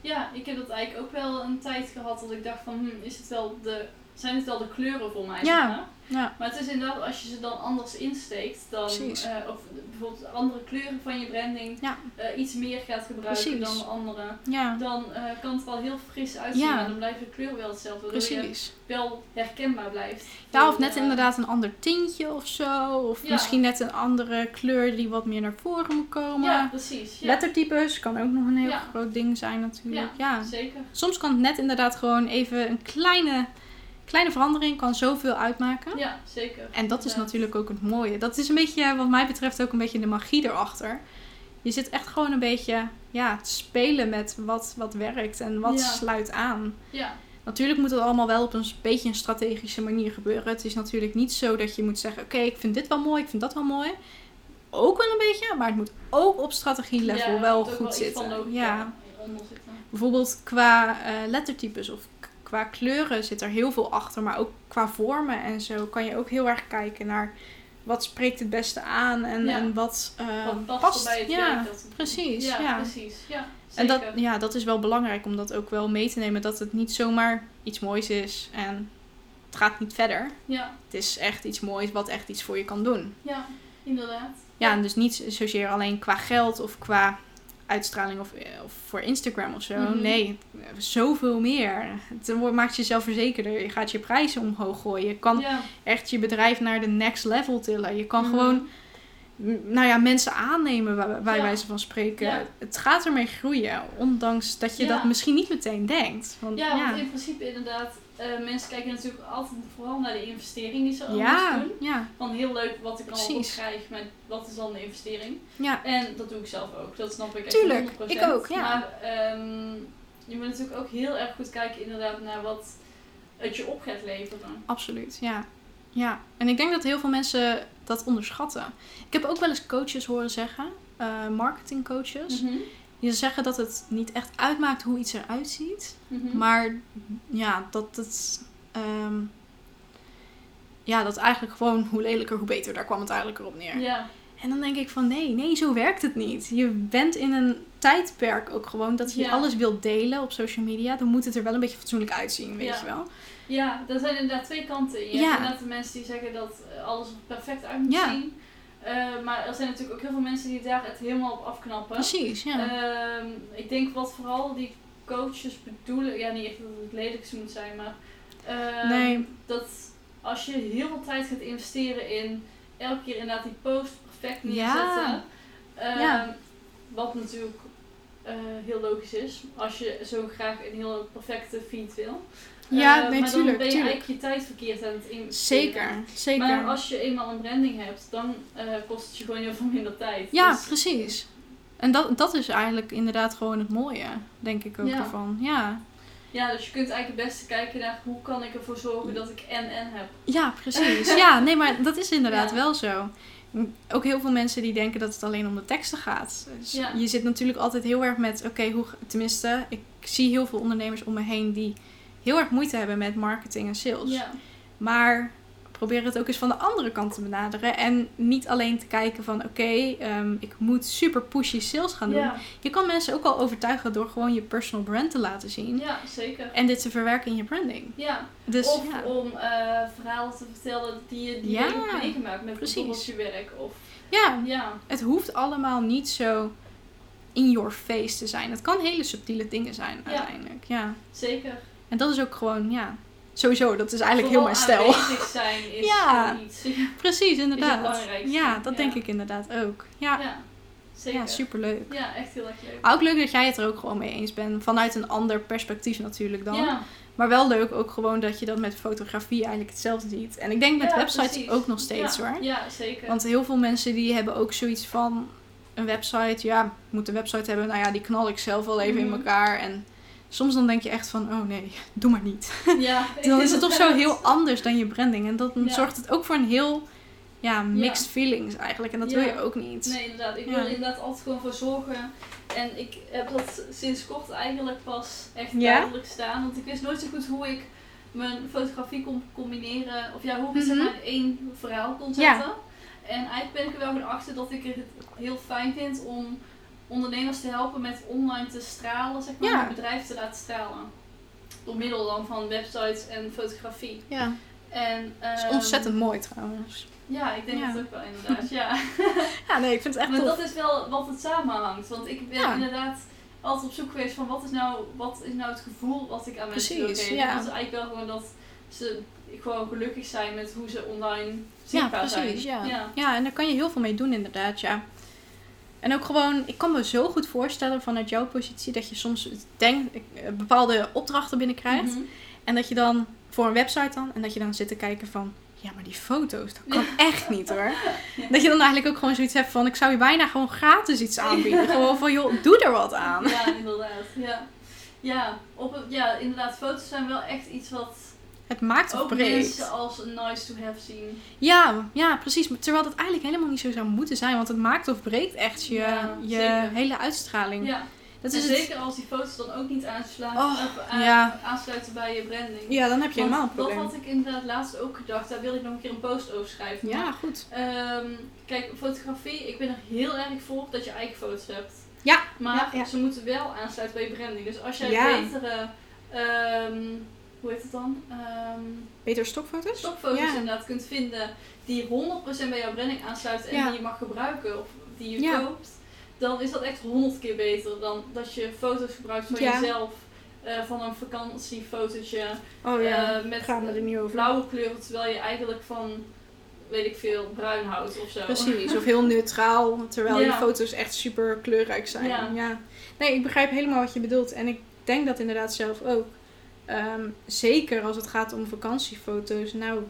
Speaker 2: Ja, ik heb dat eigenlijk ook wel een tijd gehad dat ik dacht van, hm, is het wel de, zijn het wel de kleuren voor mij?
Speaker 1: Ja.
Speaker 2: zeg maar?
Speaker 1: Ja.
Speaker 2: Maar het is inderdaad, als je ze dan anders insteekt, dan,
Speaker 1: Precies.
Speaker 2: eh, of bijvoorbeeld andere kleuren van je branding,
Speaker 1: Ja.
Speaker 2: eh, iets meer gaat gebruiken
Speaker 1: Precies.
Speaker 2: dan de andere,
Speaker 1: Ja,
Speaker 2: dan eh, kan het wel heel fris uitzien,
Speaker 1: Ja.
Speaker 2: maar dan blijft de kleur wel hetzelfde, waardoor je
Speaker 1: precies.
Speaker 2: wel herkenbaar blijft.
Speaker 1: Ja, of net
Speaker 2: Eh,
Speaker 1: inderdaad een ander tintje of zo. Of
Speaker 2: Ja.
Speaker 1: misschien net een andere kleur die wat meer naar voren moet komen.
Speaker 2: Ja, precies. Ja,
Speaker 1: Lettertypes kan ook nog een heel
Speaker 2: Ja.
Speaker 1: groot ding zijn natuurlijk. Ja.
Speaker 2: zeker.
Speaker 1: Soms kan het net inderdaad gewoon even een kleine, kleine verandering kan zoveel uitmaken.
Speaker 2: Ja, zeker.
Speaker 1: En dat is
Speaker 2: Ja.
Speaker 1: natuurlijk ook het mooie. Dat is een beetje, wat mij betreft, ook een beetje de magie erachter. Je zit echt gewoon een beetje ja, te spelen met wat, wat werkt en wat
Speaker 2: Ja.
Speaker 1: sluit aan.
Speaker 2: Ja,
Speaker 1: Natuurlijk moet het allemaal wel op een s- beetje een strategische manier gebeuren. Het is natuurlijk niet zo dat je moet zeggen: Oké, ik vind dit wel mooi, ik vind dat wel mooi. Ook wel een beetje, maar het moet ook op strategie-level
Speaker 2: Ja,
Speaker 1: wel
Speaker 2: moet ook
Speaker 1: goed
Speaker 2: iets van
Speaker 1: zitten.
Speaker 2: logica
Speaker 1: Ja.
Speaker 2: onder zitten.
Speaker 1: Bijvoorbeeld qua eh, lettertypes of k- qua kleuren zit er heel veel achter, maar ook qua vormen en zo kan je ook heel erg kijken naar wat spreekt het beste aan en,
Speaker 2: Ja.
Speaker 1: en wat, eh,
Speaker 2: Wat past, bij het
Speaker 1: ja.
Speaker 2: werk dat we doen.
Speaker 1: precies,
Speaker 2: Ja,
Speaker 1: ja.
Speaker 2: precies. Ja,
Speaker 1: En
Speaker 2: zeker.
Speaker 1: dat, ja, dat is wel belangrijk om dat ook wel mee te nemen. Dat het niet zomaar iets moois is en het gaat niet verder.
Speaker 2: ja,
Speaker 1: Het is echt iets moois wat echt iets voor je kan doen.
Speaker 2: ja, inderdaad.
Speaker 1: Ja, en dus niet zozeer alleen qua geld of qua uitstraling of, eh, of voor Instagram of zo.
Speaker 2: Mhm.
Speaker 1: Nee, eh, zoveel meer. Het wordt- maakt je zelfverzekerder. Je gaat je prijzen omhoog gooien. Je kan
Speaker 2: ja.
Speaker 1: echt je bedrijf naar de next level tillen. Je kan
Speaker 2: Mhm.
Speaker 1: gewoon m- nou ja, mensen aannemen bij, bij
Speaker 2: Ja.
Speaker 1: wijze van spreken.
Speaker 2: Ja.
Speaker 1: Het gaat ermee groeien, ondanks dat je
Speaker 2: Ja.
Speaker 1: dat misschien niet meteen denkt. Want,
Speaker 2: Ja,
Speaker 1: ja,
Speaker 2: want in principe inderdaad, eh, mensen kijken natuurlijk altijd vooral naar de investering die ze
Speaker 1: ja,
Speaker 2: anders
Speaker 1: ja,
Speaker 2: doen.
Speaker 1: ja,
Speaker 2: Van heel leuk wat ik al
Speaker 1: Precies.
Speaker 2: krijg, maar wat is dan de investering? En dat doe ik zelf ook, dat snap ik echt
Speaker 1: Tuurlijk,
Speaker 2: 100%.
Speaker 1: ik ook, ja.
Speaker 2: Maar ehm, je moet natuurlijk ook heel erg goed kijken inderdaad naar wat het je op gaat leveren.
Speaker 1: absoluut. Ja. ja, en ik denk dat heel veel mensen dat onderschatten. Ik heb ook wel eens coaches horen zeggen, eh marketingcoaches,
Speaker 2: Mhm.
Speaker 1: die zeggen dat het niet echt uitmaakt hoe iets eruit ziet,
Speaker 2: Mhm.
Speaker 1: Maar ja, dat het. ehm, ja, dat eigenlijk gewoon hoe lelijker, hoe beter. Daar kwam het eigenlijk erop neer.
Speaker 2: ja,
Speaker 1: En dan denk ik van nee, nee, zo werkt het niet. Je bent in een tijdperk ook gewoon dat je
Speaker 2: Ja.
Speaker 1: alles wilt delen op social media. Dan moet het er wel een beetje fatsoenlijk uitzien, weet
Speaker 2: Ja.
Speaker 1: je wel.
Speaker 2: Ja, er zijn inderdaad twee kanten in. Je
Speaker 1: Ja.
Speaker 2: hebt inderdaad de mensen die zeggen dat eh, alles er perfect uit moet
Speaker 1: Ja.
Speaker 2: zien. Eh, maar er zijn natuurlijk ook heel veel mensen die daar het helemaal op afknappen.
Speaker 1: Precies, ja.
Speaker 2: Ehm, ik denk wat vooral die coaches bedoelen, ja niet echt dat het lelijkste moet zijn, maar ehm,
Speaker 1: Nee.
Speaker 2: dat als je heel veel tijd gaat investeren in elke keer inderdaad die post perfect
Speaker 1: Ja.
Speaker 2: neerzetten, ehm,
Speaker 1: Ja.
Speaker 2: wat natuurlijk eh, heel logisch is. Als je zo graag een heel perfecte feed wil.
Speaker 1: Ja,
Speaker 2: Eh,
Speaker 1: nee,
Speaker 2: maar
Speaker 1: tuurlijk,
Speaker 2: dan ben je
Speaker 1: tuurlijk.
Speaker 2: eigenlijk je tijd verkeerd aan het investeren.
Speaker 1: Zeker, zeker.
Speaker 2: Maar als je eenmaal een branding hebt, dan eh, kost het je gewoon heel veel minder tijd.
Speaker 1: Ja,
Speaker 2: Dus-
Speaker 1: precies. En dat, dat is eigenlijk inderdaad gewoon het mooie, denk ik ook
Speaker 2: Ja.
Speaker 1: ervan. Ja,
Speaker 2: Ja, dus je kunt eigenlijk het beste kijken naar hoe kan ik ervoor zorgen dat ik en en heb.
Speaker 1: ja precies. ja, nee, maar dat is inderdaad
Speaker 2: Ja.
Speaker 1: wel zo. Ook heel veel mensen die denken dat het alleen om de teksten gaat. Dus
Speaker 2: Ja.
Speaker 1: Je zit natuurlijk altijd heel erg met, oké, hoe. ga- Tenminste, ik zie heel veel ondernemers om me heen die heel erg moeite hebben met marketing en sales.
Speaker 2: Ja,
Speaker 1: Maar probeer het ook eens van de andere kant te benaderen. En niet alleen te kijken van oké, ehm, ik moet super pushy sales gaan doen.
Speaker 2: ja.
Speaker 1: Je kan mensen ook al overtuigen door gewoon je personal brand te laten zien.
Speaker 2: ja zeker.
Speaker 1: En dit te verwerken in je branding.
Speaker 2: Ja.
Speaker 1: Dus
Speaker 2: of
Speaker 1: ja.
Speaker 2: om eh, verhalen te vertellen die je die je
Speaker 1: Ja,
Speaker 2: hebt meegemaakt met
Speaker 1: precies.
Speaker 2: bijvoorbeeld je werk. Of,
Speaker 1: ja,
Speaker 2: ja,
Speaker 1: het hoeft allemaal niet zo in your face te zijn. Het kan hele subtiele dingen zijn
Speaker 2: Ja.
Speaker 1: uiteindelijk. Ja.
Speaker 2: zeker.
Speaker 1: En dat is ook gewoon, ja, sowieso, dat is eigenlijk heel mijn
Speaker 2: Vooral
Speaker 1: stijl.
Speaker 2: aanwezig zijn is
Speaker 1: Ja.
Speaker 2: gewoon iets. Ja,
Speaker 1: Precies,
Speaker 2: Is het
Speaker 1: inderdaad.
Speaker 2: belangrijkste,
Speaker 1: Ja, dat
Speaker 2: ja.
Speaker 1: denk ik inderdaad ook. Ja, ja, Ah,
Speaker 2: zeker. Ja,
Speaker 1: superleuk.
Speaker 2: echt heel erg leuk.
Speaker 1: Maar ook leuk dat jij het er ook gewoon mee eens bent. Vanuit een ander perspectief natuurlijk dan.
Speaker 2: Ja,
Speaker 1: Maar wel leuk ook gewoon dat je dat met fotografie eigenlijk hetzelfde ziet. En ik denk met
Speaker 2: ja,
Speaker 1: websites
Speaker 2: precies.
Speaker 1: ook nog steeds
Speaker 2: ja.
Speaker 1: hoor.
Speaker 2: Ja, zeker.
Speaker 1: Want heel veel mensen die hebben ook zoiets van een website. Ja, ik moet een website hebben. Nou ja, die knal ik zelf wel even in
Speaker 2: Mhm.
Speaker 1: elkaar. En soms dan denk je echt van, oh nee, doe maar niet.
Speaker 2: ja,
Speaker 1: Dan is het toch zo
Speaker 2: inderdaad.
Speaker 1: heel anders dan je branding. En dat
Speaker 2: Ja.
Speaker 1: zorgt het ook voor een heel ja, mixed feelings eigenlijk. En dat
Speaker 2: Ja.
Speaker 1: wil je ook niet.
Speaker 2: Nee, inderdaad. Ik
Speaker 1: Ja.
Speaker 2: wil er inderdaad altijd gewoon voor zorgen. En ik heb dat sinds kort eigenlijk pas echt
Speaker 1: Ja?
Speaker 2: duidelijk staan. Want ik wist nooit zo goed hoe ik mijn fotografie kon combineren. Of ja, hoe ik het zeg
Speaker 1: Mhm.
Speaker 2: maar in één verhaal kon
Speaker 1: Ja.
Speaker 2: zetten. En eigenlijk ben ik er wel van achter dat ik het heel fijn vind om ondernemers te helpen met online te stralen, zeg maar,
Speaker 1: Ja.
Speaker 2: hun bedrijf te laten stralen. Door middel dan van websites en fotografie.
Speaker 1: Ja,
Speaker 2: En,
Speaker 1: dat is
Speaker 2: ehm,
Speaker 1: ontzettend mooi trouwens.
Speaker 2: Ja, ik denk
Speaker 1: Ja.
Speaker 2: dat ook wel inderdaad. Ja.
Speaker 1: Ja, nee, ik vind het echt
Speaker 2: Maar
Speaker 1: tof.
Speaker 2: dat is wel wat het samenhangt. Want ik ben
Speaker 1: Ja.
Speaker 2: inderdaad altijd op zoek geweest van wat is nou, wat is nou het gevoel wat ik aan mensen wil
Speaker 1: Precies,
Speaker 2: geven.
Speaker 1: ja.
Speaker 2: Dat is eigenlijk wel gewoon dat ze gewoon gelukkig zijn met hoe ze online
Speaker 1: Ja,
Speaker 2: zichtbaar
Speaker 1: precies.
Speaker 2: zijn.
Speaker 1: Ja.
Speaker 2: ja.
Speaker 1: Ja. en daar kan je heel veel mee doen, inderdaad. Ja. En ook gewoon, ik kan me zo goed voorstellen vanuit jouw positie dat je soms denk, eh, bepaalde opdrachten binnenkrijgt.
Speaker 2: Mhm.
Speaker 1: En dat je dan voor een website dan, en dat je dan zit te kijken van. Ja, maar die foto's, dat kan echt niet hoor. Dat je dan eigenlijk ook gewoon zoiets hebt van... ik zou je bijna gewoon gratis iets aanbieden. Gewoon van, joh, doe er wat aan.
Speaker 2: Ja, inderdaad. Ja. Ja, op, het- ja, inderdaad. Foto's zijn wel echt iets wat
Speaker 1: Het maakt of
Speaker 2: ook
Speaker 1: breekt.
Speaker 2: mensen als een nice to have zien.
Speaker 1: Ja, ja, precies. Maar Terwijl dat eigenlijk helemaal niet zo zou moeten zijn. Want het maakt of breekt echt je,
Speaker 2: Ja,
Speaker 1: je
Speaker 2: zeker.
Speaker 1: hele uitstraling.
Speaker 2: Ja.
Speaker 1: Dat
Speaker 2: en
Speaker 1: is het-
Speaker 2: zeker als die foto's dan ook niet aanslaan,
Speaker 1: Oh,
Speaker 2: of aan-
Speaker 1: ja.
Speaker 2: aansluiten bij je branding.
Speaker 1: Ja, dan heb je
Speaker 2: Want
Speaker 1: helemaal een probleem.
Speaker 2: Dat had ik inderdaad laatst ook gedacht. Daar wil ik nog een keer een post over schrijven.
Speaker 1: Ja, goed.
Speaker 2: Ehm, kijk, fotografie, ik ben er heel erg voor op dat je eigen foto's hebt.
Speaker 1: Ja,
Speaker 2: Maar
Speaker 1: ja, ja.
Speaker 2: ze moeten wel aansluiten bij je branding. Dus als jij
Speaker 1: Ja.
Speaker 2: betere, ehm, hoe heet het dan? Ehm
Speaker 1: Beter stokfoto's?
Speaker 2: stokfoto's
Speaker 1: Ja.
Speaker 2: inderdaad kunt vinden die 100% bij jouw branding aansluiten en
Speaker 1: Ja.
Speaker 2: die je mag gebruiken of die je
Speaker 1: Ja.
Speaker 2: koopt. Dan is dat echt 100 keer beter dan dat je foto's gebruikt van
Speaker 1: Ja.
Speaker 2: jezelf. eh, van een vakantiefotootje.
Speaker 1: Oh ja,
Speaker 2: eh, met
Speaker 1: gaan we er niet over.
Speaker 2: blauwe kleuren, terwijl je eigenlijk van, weet ik veel, bruin houdt of zo.
Speaker 1: Precies, of heel neutraal, terwijl die
Speaker 2: Ja.
Speaker 1: foto's echt super kleurrijk zijn.
Speaker 2: Ja.
Speaker 1: Ja. Nee, ik begrijp helemaal wat je bedoelt. En ik denk dat inderdaad zelf ook. Ehm, zeker als het gaat om vakantiefoto's. Nou,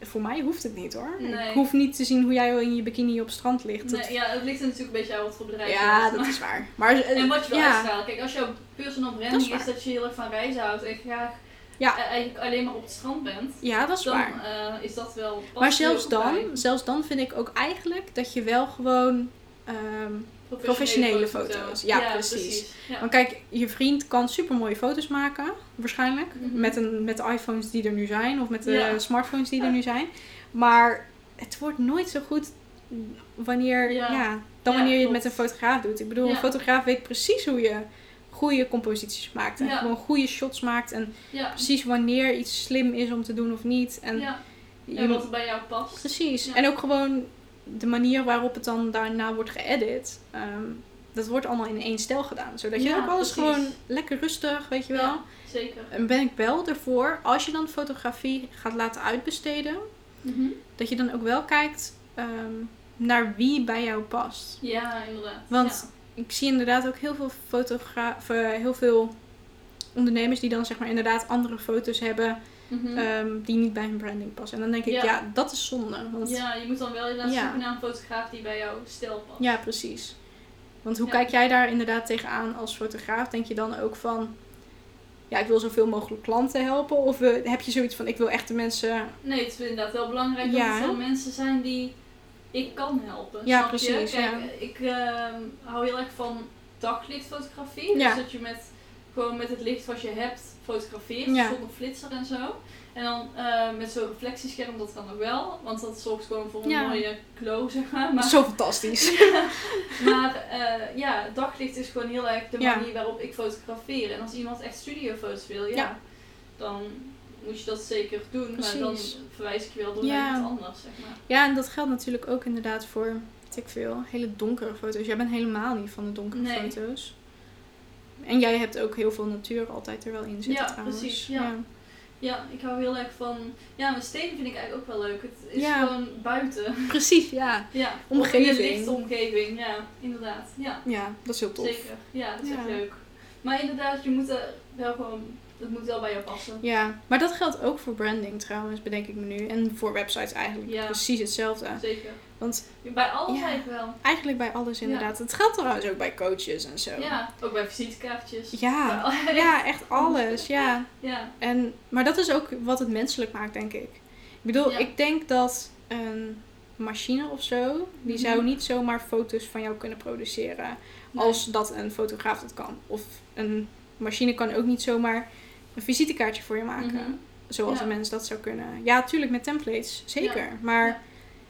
Speaker 1: voor mij hoeft het niet hoor.
Speaker 2: Nee.
Speaker 1: Ik hoef niet te zien hoe jij in je bikini op strand ligt. Dat-
Speaker 2: Nee, ja, het ligt er natuurlijk een beetje aan wat voor bedrijf je
Speaker 1: ja,
Speaker 2: hebt,
Speaker 1: dat
Speaker 2: maar-
Speaker 1: is waar. Maar, eh,
Speaker 2: En wat je wil
Speaker 1: ja.
Speaker 2: uitstraalt. Kijk, als jouw personal branding
Speaker 1: Dat
Speaker 2: is,
Speaker 1: is waar.
Speaker 2: dat je heel erg van reizen houdt en graag
Speaker 1: Ja.
Speaker 2: eh, eigenlijk alleen maar op het strand bent,
Speaker 1: Ja, dat is
Speaker 2: dan
Speaker 1: waar.
Speaker 2: eh, is dat wel past
Speaker 1: Maar
Speaker 2: heel
Speaker 1: zelfs
Speaker 2: goed
Speaker 1: dan,
Speaker 2: bij
Speaker 1: zelfs dan vind ik ook eigenlijk dat je wel gewoon. ehm, professionele foto's. Ja, precies.
Speaker 2: Ja.
Speaker 1: want kijk, je vriend kan super mooie foto's maken, waarschijnlijk.
Speaker 2: Mhm.
Speaker 1: Met, een, met de iPhones die er nu zijn of met de
Speaker 2: Ja.
Speaker 1: smartphones die er
Speaker 2: Ja.
Speaker 1: nu zijn. Maar het wordt nooit zo goed wanneer,
Speaker 2: Ja.
Speaker 1: ja. dan
Speaker 2: Ja,
Speaker 1: wanneer je het
Speaker 2: klopt.
Speaker 1: met een fotograaf doet. Ik bedoel,
Speaker 2: Ja.
Speaker 1: een fotograaf weet precies hoe je goede composities maakt. En
Speaker 2: Ja.
Speaker 1: gewoon goede shots maakt. En
Speaker 2: Ja.
Speaker 1: precies wanneer iets slim is om te doen of niet. En
Speaker 2: ja.
Speaker 1: je
Speaker 2: En
Speaker 1: moet-
Speaker 2: wat er bij jou past.
Speaker 1: Precies.
Speaker 2: Ja.
Speaker 1: En ook gewoon de manier waarop het dan daarna wordt geëdit. ehm, dat wordt allemaal in één stijl gedaan. Zodat je
Speaker 2: Ja,
Speaker 1: ook alles
Speaker 2: precies.
Speaker 1: gewoon lekker rustig, weet je wel.
Speaker 2: Ja, zeker.
Speaker 1: En ben ik wel ervoor, als je dan fotografie gaat laten uitbesteden,
Speaker 2: Mhm.
Speaker 1: dat je dan ook wel kijkt ehm, naar wie bij jou past.
Speaker 2: Ja, inderdaad.
Speaker 1: Want
Speaker 2: Ja.
Speaker 1: ik zie inderdaad ook heel veel fotografen, heel veel ondernemers die dan zeg maar inderdaad andere foto's hebben
Speaker 2: Mhm.
Speaker 1: ehm, die niet bij hun branding passen. En dan denk ik, ja,
Speaker 2: Ja.
Speaker 1: dat is zonde. Want, ja.
Speaker 2: ja, je moet dan wel inderdaad
Speaker 1: Ja.
Speaker 2: zoeken naar een fotograaf die bij jouw stijl past.
Speaker 1: precies. Want hoe
Speaker 2: Ja.
Speaker 1: kijk jij daar inderdaad tegenaan als fotograaf? Denk je dan ook van, ja, ik wil zoveel mogelijk klanten helpen? Of eh, heb je zoiets van, ik wil echt de mensen...
Speaker 2: Nee, het is inderdaad wel belangrijk
Speaker 1: Ja,
Speaker 2: dat er
Speaker 1: hè?
Speaker 2: veel mensen zijn die ik kan helpen.
Speaker 1: Ja,
Speaker 2: snap
Speaker 1: precies,
Speaker 2: Je? Kijk,
Speaker 1: ja.
Speaker 2: ik ehm, hou heel erg van daglichtfotografie.
Speaker 1: Ja.
Speaker 2: Dus dat je met, gewoon met het licht wat je hebt fotografeert,
Speaker 1: Ja.
Speaker 2: zonder flitser en zo. En dan eh, met zo'n reflectiescherm dat kan nog wel, want dat zorgt gewoon voor een
Speaker 1: Ja.
Speaker 2: mooie glow, zeg maar.
Speaker 1: Dat
Speaker 2: Maar,
Speaker 1: is zo fantastisch.
Speaker 2: maar eh, ja, daglicht is gewoon heel erg de
Speaker 1: Ja.
Speaker 2: manier waarop ik fotografeer. En als iemand echt studiofoto's wil, ja,
Speaker 1: Ja.
Speaker 2: dan moet je dat zeker doen. Maar dan
Speaker 1: Precies.
Speaker 2: verwijs ik je wel door
Speaker 1: Ja.
Speaker 2: naar iets anders, zeg maar.
Speaker 1: Ja, en dat geldt natuurlijk ook inderdaad voor, weet ik veel, hele donkere foto's. Jij bent helemaal niet van de donkere
Speaker 2: Nee.
Speaker 1: foto's. En jij hebt ook heel veel natuur altijd er wel in zitten
Speaker 2: Ja,
Speaker 1: trouwens.
Speaker 2: precies, ja. Ja, ik hou heel erg van. Ja, mijn steen vind ik eigenlijk ook wel leuk. Het is
Speaker 1: Ja.
Speaker 2: gewoon buiten.
Speaker 1: Precies, ja.
Speaker 2: Ja,
Speaker 1: Omgeving.
Speaker 2: In een lichte omgeving, ja, inderdaad. Ja,
Speaker 1: Ja, dat is heel tof.
Speaker 2: zeker. Ja, dat is echt
Speaker 1: Ja.
Speaker 2: leuk. Maar inderdaad, je moet er wel gewoon. Het moet wel bij jou passen.
Speaker 1: Ja, maar dat geldt ook voor branding trouwens, bedenk ik me nu. En voor websites eigenlijk
Speaker 2: Ja.
Speaker 1: precies hetzelfde.
Speaker 2: Zeker.
Speaker 1: Want-
Speaker 2: Bij alles
Speaker 1: Ja.
Speaker 2: eigenlijk wel.
Speaker 1: Eigenlijk bij alles
Speaker 2: Ja.
Speaker 1: inderdaad. Het geldt trouwens ook bij coaches en zo.
Speaker 2: Ja, ook bij visitekaartjes. Bij
Speaker 1: Ja,
Speaker 2: al-
Speaker 1: ja echt alles, ja.
Speaker 2: ja.
Speaker 1: En, maar dat is ook wat het menselijk maakt, denk ik. Ik bedoel,
Speaker 2: Ja.
Speaker 1: ik denk dat een machine of zo, die
Speaker 2: Mhm.
Speaker 1: zou niet zomaar foto's van jou kunnen produceren.
Speaker 2: Nee.
Speaker 1: Als dat een fotograaf dat kan. Of een machine kan ook niet zomaar een visitekaartje voor je maken.
Speaker 2: Mhm.
Speaker 1: Zoals
Speaker 2: Ja.
Speaker 1: een mens dat zou kunnen. Ja, tuurlijk met templates, zeker. Maar
Speaker 2: Ja.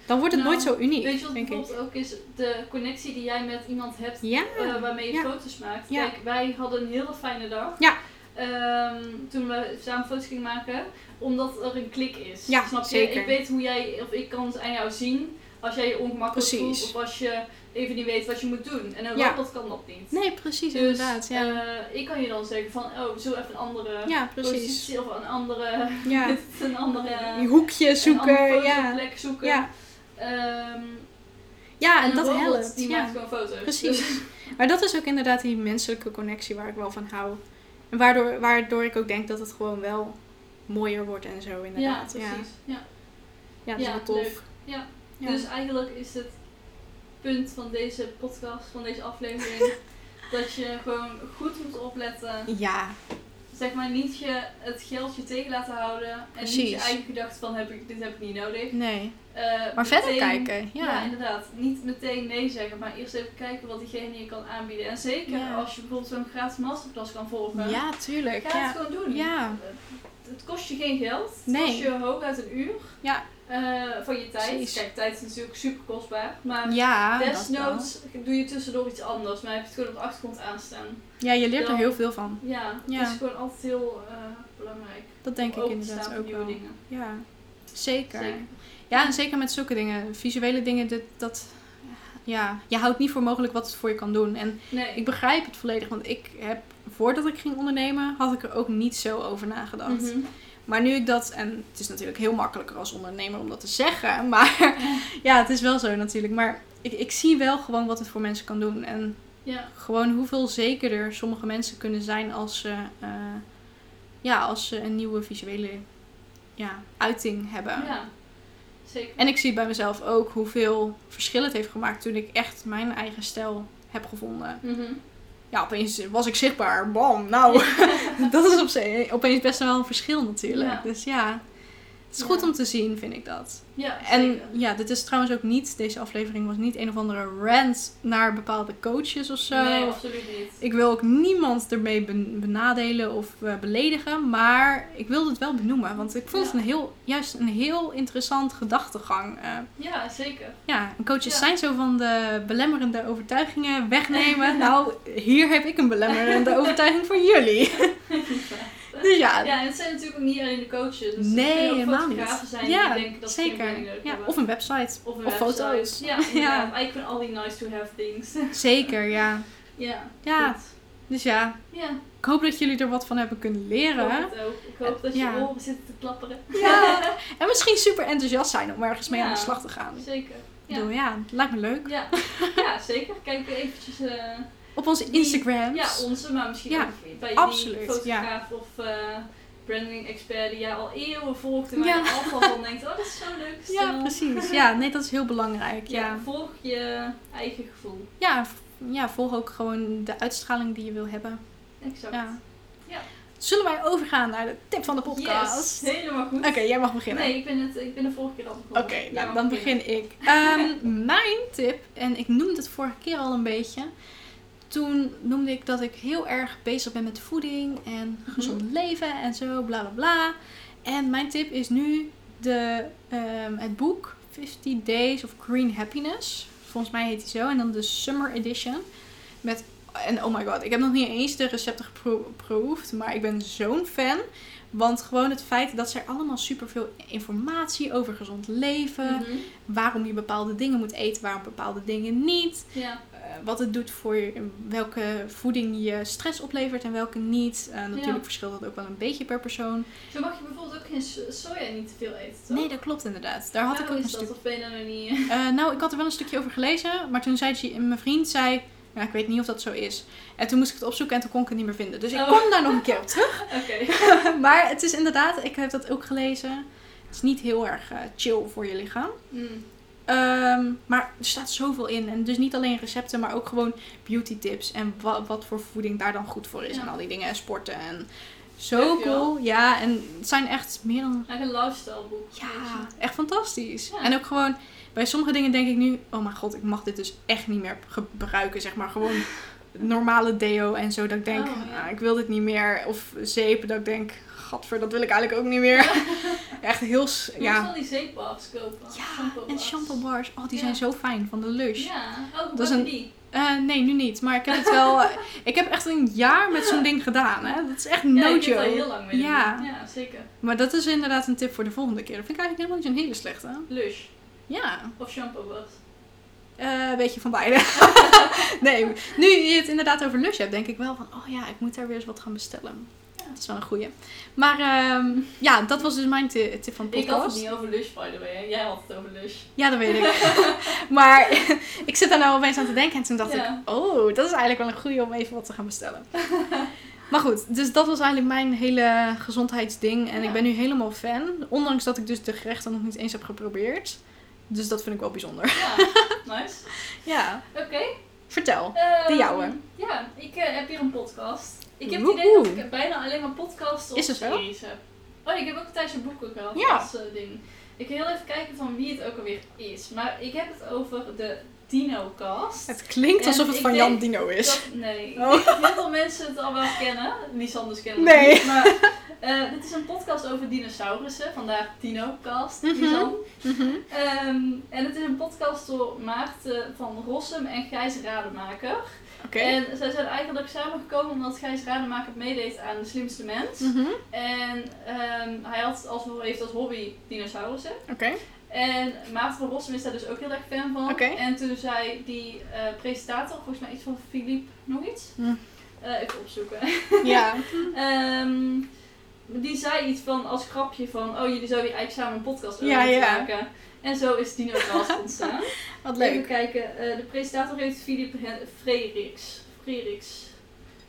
Speaker 1: dan wordt het
Speaker 2: Nou,
Speaker 1: nooit zo uniek,
Speaker 2: Weet je wat
Speaker 1: denk ik.
Speaker 2: bijvoorbeeld ook is? De connectie die jij met iemand hebt
Speaker 1: Ja.
Speaker 2: eh, waarmee je
Speaker 1: Ja.
Speaker 2: foto's maakt.
Speaker 1: Ja.
Speaker 2: Kijk, wij hadden een hele fijne dag.
Speaker 1: Ja.
Speaker 2: Ehm, toen we samen foto's gingen maken. Omdat er een klik is.
Speaker 1: Ja,
Speaker 2: Snap je?
Speaker 1: zeker.
Speaker 2: Ik weet hoe jij, of ik kan het aan jou zien als jij je ongemakkelijk
Speaker 1: Precies.
Speaker 2: voelt. Of als je even niet weet wat je moet doen. En een
Speaker 1: Ja.
Speaker 2: robot kan dat niet.
Speaker 1: Nee, precies,
Speaker 2: Dus,
Speaker 1: inderdaad. Ja,
Speaker 2: eh, ik kan je dan zeggen van, oh, zo even een andere
Speaker 1: ja precies.
Speaker 2: positie of een andere,
Speaker 1: Ja.
Speaker 2: een andere,
Speaker 1: Die hoekje
Speaker 2: een
Speaker 1: zoeken,
Speaker 2: andere
Speaker 1: ja.
Speaker 2: plek zoeken.
Speaker 1: Ja.
Speaker 2: Ehm,
Speaker 1: ja, en,
Speaker 2: een
Speaker 1: dat
Speaker 2: robot,
Speaker 1: helpt.
Speaker 2: Die
Speaker 1: ja.
Speaker 2: maakt gewoon foto's. Dus
Speaker 1: Precies. Maar dat is ook inderdaad die menselijke connectie waar ik wel van hou. En waardoor, waardoor ik ook denk dat het gewoon wel mooier wordt en zo
Speaker 2: ja,
Speaker 1: inderdaad. Ja,
Speaker 2: precies. Ja.
Speaker 1: Ja, dat is
Speaker 2: Ja,
Speaker 1: wel tof.
Speaker 2: leuk. Ja.
Speaker 1: Ja.
Speaker 2: Dus eigenlijk is het punt van deze podcast, van deze aflevering, dat je gewoon goed moet opletten.
Speaker 1: ja,
Speaker 2: Zeg maar niet je het geldje tegen laten houden. En niet
Speaker 1: Precies.
Speaker 2: je eigen gedachten van heb ik, dit heb ik niet nodig.
Speaker 1: nee.
Speaker 2: Eh,
Speaker 1: Maar verder
Speaker 2: meteen-
Speaker 1: kijken.
Speaker 2: Ja.
Speaker 1: Ja.
Speaker 2: inderdaad. Niet meteen nee zeggen, maar eerst even kijken wat diegene je kan aanbieden. En zeker
Speaker 1: Ja.
Speaker 2: als je bijvoorbeeld zo'n gratis masterclass kan volgen,
Speaker 1: Ja, tuurlijk.
Speaker 2: ga het
Speaker 1: Ja.
Speaker 2: gewoon doen.
Speaker 1: ja,
Speaker 2: Het kost je geen geld. Het
Speaker 1: Nee.
Speaker 2: kost je hooguit een uur
Speaker 1: Ja.
Speaker 2: eh, van je tijd.
Speaker 1: Precies.
Speaker 2: Kijk, tijd is natuurlijk super kostbaar. Maar
Speaker 1: ja, dat wel.
Speaker 2: desnoods doe je tussendoor iets anders. Maar heb je het gewoon op de achtergrond aanstaan.
Speaker 1: ja, je leert er
Speaker 2: dan-
Speaker 1: heel veel van.
Speaker 2: Ja,
Speaker 1: Ja.
Speaker 2: het is gewoon altijd heel eh, belangrijk.
Speaker 1: Dat denk ik
Speaker 2: Open te
Speaker 1: inderdaad
Speaker 2: staan
Speaker 1: ook
Speaker 2: voor nieuwe
Speaker 1: wel.
Speaker 2: dingen.
Speaker 1: Ja, zeker.
Speaker 2: Zeker.
Speaker 1: Ja, en zeker met zulke dingen. Visuele dingen, dit, dat... Ja, je houdt niet voor mogelijk wat het voor je kan doen. En
Speaker 2: Nee.
Speaker 1: Ik begrijp het volledig, want ik heb voordat ik ging ondernemen, had ik er ook niet zo over nagedacht.
Speaker 2: Mhm.
Speaker 1: Maar nu ik dat, en het is natuurlijk heel makkelijker als ondernemer om dat te zeggen, maar ja, het is wel zo natuurlijk. Maar ik, ik zie wel gewoon wat het voor mensen kan doen en
Speaker 2: Ja.
Speaker 1: gewoon hoeveel zekerder sommige mensen kunnen zijn als ze, eh, ja, als ze een nieuwe visuele ja, uiting hebben.
Speaker 2: ja, zeker.
Speaker 1: En ik zie bij mezelf ook hoeveel verschil het heeft gemaakt toen ik echt mijn eigen stijl heb gevonden
Speaker 2: Mhm.
Speaker 1: ja, opeens was ik zichtbaar. Bam, nou. dat is op zich opeens best wel een verschil natuurlijk.
Speaker 2: Ja.
Speaker 1: Dus ja, het is
Speaker 2: Ja.
Speaker 1: goed om te zien, vind ik dat.
Speaker 2: Ja,
Speaker 1: En
Speaker 2: zeker.
Speaker 1: ja, dit is trouwens ook niet, deze aflevering was niet een of andere rant naar bepaalde coaches of zo.
Speaker 2: Nee, absoluut niet.
Speaker 1: Ik wil ook niemand ermee ben- benadelen of eh, beledigen, maar ik wilde het wel benoemen. Want ik vond
Speaker 2: Ja.
Speaker 1: het een heel, juist een heel interessant gedachtegang. eh,
Speaker 2: Ja, zeker.
Speaker 1: ja, en coaches
Speaker 2: Ja.
Speaker 1: zijn zo van de belemmerende overtuigingen wegnemen. nou, hier heb ik een belemmerende overtuiging voor jullie. dus ja,
Speaker 2: Ja, en het zijn natuurlijk ook niet alleen de coaches. Dus het
Speaker 1: Nee,
Speaker 2: kunnen ook
Speaker 1: helemaal
Speaker 2: fotografen
Speaker 1: niet.
Speaker 2: zijn
Speaker 1: Ja,
Speaker 2: die denken dat ze geen
Speaker 1: zeker.
Speaker 2: branding nodig
Speaker 1: Ja,
Speaker 2: hebben.
Speaker 1: of een website.
Speaker 2: Of een
Speaker 1: Of
Speaker 2: website.
Speaker 1: foto's.
Speaker 2: Ja,
Speaker 1: Ja.
Speaker 2: inderdaad. Ik vind al die nice to have things.
Speaker 1: Zeker, ja.
Speaker 2: ja.
Speaker 1: Ja,
Speaker 2: goed.
Speaker 1: dus ja.
Speaker 2: Ja,
Speaker 1: Ik hoop dat jullie er wat van hebben kunnen
Speaker 2: ik hoop
Speaker 1: leren.
Speaker 2: het ook. Ik hoop dat je
Speaker 1: Ja.
Speaker 2: oren zitten te klapperen.
Speaker 1: Ja. En misschien super enthousiast zijn om ergens mee
Speaker 2: Ja.
Speaker 1: aan de slag te gaan.
Speaker 2: Zeker.
Speaker 1: Ik bedoel, ja, het lijkt me leuk.
Speaker 2: Ja, ja zeker. Kijk eventjes eh,
Speaker 1: Op onze
Speaker 2: Die-
Speaker 1: Instagrams.
Speaker 2: ja, onze, maar misschien
Speaker 1: Ja,
Speaker 2: ook bij
Speaker 1: absoluut,
Speaker 2: die fotograaf of eh, branding expert die jij al eeuwen volgt en waar
Speaker 1: Ja.
Speaker 2: je al van denkt, oh dat is zo leuk.
Speaker 1: Ja,
Speaker 2: stel.
Speaker 1: precies. Ja, nee, dat is heel belangrijk. Ja.
Speaker 2: Ja, volg je eigen gevoel.
Speaker 1: Ja, v- ja, volg ook gewoon de uitstraling die je wil hebben.
Speaker 2: Exact.
Speaker 1: Ja.
Speaker 2: Ja.
Speaker 1: Zullen wij overgaan naar de tip van de podcast?
Speaker 2: Yes, helemaal goed.
Speaker 1: Oké, jij mag beginnen.
Speaker 2: nee, ik ben, het, ik ben de vorige keer al begonnen.
Speaker 1: Oké,
Speaker 2: Jij
Speaker 1: nou,
Speaker 2: mag
Speaker 1: dan
Speaker 2: beginnen.
Speaker 1: begin ik. Ehm, mijn tip, en ik noemde het vorige keer al een beetje. Toen noemde ik dat ik heel erg bezig ben met voeding en gezond leven en zo, bla bla bla. En mijn tip is nu de, ehm, het boek 50 Days of Green Happiness. Volgens mij heet die zo. En dan de Summer Edition. Met, en oh my god, ik heb nog niet eens de recepten gepro- geproefd. Maar ik ben zo'n fan. Want gewoon het feit dat ze er allemaal superveel informatie over gezond leven.
Speaker 2: Mhm.
Speaker 1: Waarom je bepaalde dingen moet eten, waarom bepaalde dingen niet.
Speaker 2: Ja,
Speaker 1: eh, wat het doet voor je, welke voeding je stress oplevert en welke niet. Eh, natuurlijk
Speaker 2: Ja.
Speaker 1: verschilt dat ook wel een beetje per persoon.
Speaker 2: zo mag je bijvoorbeeld ook geen so- soja niet te veel eten, toch?
Speaker 1: Nee, dat klopt inderdaad. Daar had ik
Speaker 2: Waarom
Speaker 1: ook een
Speaker 2: is dat?
Speaker 1: stuk.
Speaker 2: Of ben je daar nou niet...
Speaker 1: Eh, nou, ik had er wel een stukje over gelezen, maar toen zei ze, mijn vriend zei, nou, ik weet niet of dat zo is. En toen moest ik het opzoeken en toen kon ik het niet meer vinden. Dus ik
Speaker 2: Oh.
Speaker 1: kom daar nog een keer op terug.
Speaker 2: Oké.
Speaker 1: maar het is inderdaad, ik heb dat ook gelezen. Het is niet heel erg eh, chill voor je lichaam.
Speaker 2: Mm.
Speaker 1: Ehm, maar er staat zoveel in. En dus niet alleen recepten, maar ook gewoon beauty tips. En wa- wat voor voeding daar dan goed voor is.
Speaker 2: Ja.
Speaker 1: En al die dingen. En sporten. En zo
Speaker 2: Leuk, joh.
Speaker 1: cool. Ja, en het zijn echt meer dan
Speaker 2: Eigenlijk een lifestyle boek.
Speaker 1: ja, echt fantastisch.
Speaker 2: Ja.
Speaker 1: En ook gewoon, bij sommige dingen denk ik nu, oh mijn god, ik mag dit dus echt niet meer gebruiken. Zeg maar gewoon normale deo en zo. Dat ik denk,
Speaker 2: Oh, ja.
Speaker 1: "Ah, ik wil dit niet meer. Of zeep, dat ik denk, gadver, dat wil ik eigenlijk ook niet meer. echt heel, s-
Speaker 2: Je moet
Speaker 1: ja.
Speaker 2: wel die zeepbars kopen.
Speaker 1: Ja, en
Speaker 2: bars.
Speaker 1: shampoo bars. Oh, die
Speaker 2: Ja.
Speaker 1: zijn zo fijn, van de Lush.
Speaker 2: Ja, oh,
Speaker 1: Dat
Speaker 2: dat
Speaker 1: is een-
Speaker 2: die.
Speaker 1: Eh, nee, nu niet. Maar ik heb het wel, ik heb echt een jaar met zo'n ding gedaan. Hè. Dat is echt no
Speaker 2: ja, ik heb
Speaker 1: joke.
Speaker 2: daar heel lang mee.
Speaker 1: Ja.
Speaker 2: doen. ja, zeker.
Speaker 1: Maar dat is inderdaad een tip voor de volgende keer. Dat vind ik eigenlijk helemaal niet zo'n hele slechte.
Speaker 2: Lush
Speaker 1: Ja.
Speaker 2: of shampoo bars.
Speaker 1: Eh, een beetje van beide. nee, nu je het inderdaad over lunch hebt, denk ik wel van, oh ja, ik moet daar weer eens wat gaan bestellen.
Speaker 2: Ja.
Speaker 1: Dat is wel een goeie. Maar ehm, ja, dat was dus mijn ti- tip van de
Speaker 2: Ik had het
Speaker 1: podcast.
Speaker 2: niet over Lush, by the way. hè. Jij had het over Lush.
Speaker 1: ja, dat weet ik. maar ik zit daar nou opeens aan te denken en toen dacht
Speaker 2: Ja.
Speaker 1: ik, oh, dat is eigenlijk wel een goeie om even wat te gaan bestellen. maar goed, dus dat was eigenlijk mijn hele gezondheidsding. En
Speaker 2: Ja.
Speaker 1: ik ben nu helemaal fan. Ondanks dat ik dus de gerechten nog niet eens heb geprobeerd. Dus dat vind ik wel bijzonder.
Speaker 2: Ja, nice.
Speaker 1: Ja,
Speaker 2: Oké.
Speaker 1: vertel.
Speaker 2: ehm,
Speaker 1: De jouwe.
Speaker 2: Ja, ik eh, heb hier een podcast. Ik heb het idee
Speaker 1: Woehoe.
Speaker 2: dat ik eh, bijna alleen maar podcasts of
Speaker 1: Is het zo?
Speaker 2: series heb. Oh, ik heb ook tijdens een boek ook gehad
Speaker 1: Ja.
Speaker 2: als eh, ding. Ik wil heel even kijken van wie het ook alweer is. Maar ik heb het over de Dinocast.
Speaker 1: Het klinkt
Speaker 2: En
Speaker 1: alsof het
Speaker 2: ik
Speaker 1: van
Speaker 2: denk
Speaker 1: Jan Dino is.
Speaker 2: Dat- nee. Ik
Speaker 1: Oh.
Speaker 2: denk dat heel veel mensen het al wel kennen. Lisanders kennen
Speaker 1: Nee.
Speaker 2: het niet. Maar eh, dit is een podcast over dinosaurussen. Vandaar Dinocast,
Speaker 1: Mhm.
Speaker 2: Lisan.
Speaker 1: Mhm.
Speaker 2: Ehm, en het is een podcast door Maarten van Rossum en Gijs Rademaker.
Speaker 1: Oké.
Speaker 2: En zij zijn eigenlijk samengekomen omdat Gijs Rademaker meedeed aan De Slimste Mens.
Speaker 1: Mhm.
Speaker 2: En ehm, hij had als, heeft als hobby dinosaurussen.
Speaker 1: Oké.
Speaker 2: En Maarten van Rossum is daar dus ook heel erg fan van.
Speaker 1: Oké.
Speaker 2: En toen zei die eh, presentator, volgens mij iets van Philippe nog iets.
Speaker 1: Hm.
Speaker 2: Eh, even opzoeken.
Speaker 1: Ja.
Speaker 2: Ehm, die zei iets van als grapje van, oh jullie zouden hier eigenlijk samen een podcast over
Speaker 1: Ja,
Speaker 2: moeten
Speaker 1: ja.
Speaker 2: maken. En zo is Dinocast ontstaan.
Speaker 1: Wat
Speaker 2: Even
Speaker 1: leuk.
Speaker 2: kijken, eh, de presentator heeft Philippe Hen- Freeriks. Freeriks.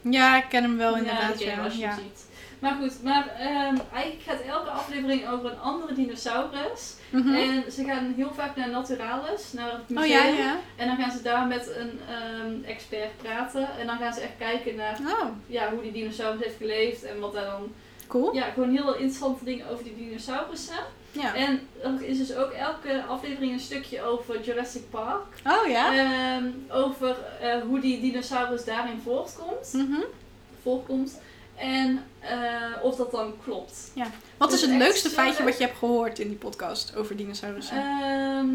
Speaker 1: Ja, ik ken hem wel
Speaker 2: Ja,
Speaker 1: inderdaad.
Speaker 2: die ken je
Speaker 1: Ja,
Speaker 2: als je
Speaker 1: ja.
Speaker 2: hem ziet. Maar goed, maar ehm, eigenlijk gaat elke aflevering over een andere dinosaurus.
Speaker 1: Mhm.
Speaker 2: En ze gaan heel vaak naar Naturalis, naar het museum.
Speaker 1: Oh ja, ja.
Speaker 2: En dan gaan ze daar met een ehm, expert praten. En dan gaan ze echt kijken naar
Speaker 1: Oh,
Speaker 2: ja, hoe die dinosaurus heeft geleefd. En wat daar dan...
Speaker 1: cool.
Speaker 2: Ja, gewoon heel interessante dingen over die dinosaurussen.
Speaker 1: Ja.
Speaker 2: En er is dus ook elke aflevering een stukje over Jurassic Park.
Speaker 1: Oh ja.
Speaker 2: Ehm, over eh, hoe die dinosaurus daarin voortkomt.
Speaker 1: Mhm.
Speaker 2: voorkomt. En eh, of dat dan klopt.
Speaker 1: Wat is
Speaker 2: Dus
Speaker 1: het
Speaker 2: echt
Speaker 1: leukste
Speaker 2: zo
Speaker 1: feitje
Speaker 2: leuk.
Speaker 1: wat je hebt gehoord in die podcast over dinosaurussen?
Speaker 2: Ehm,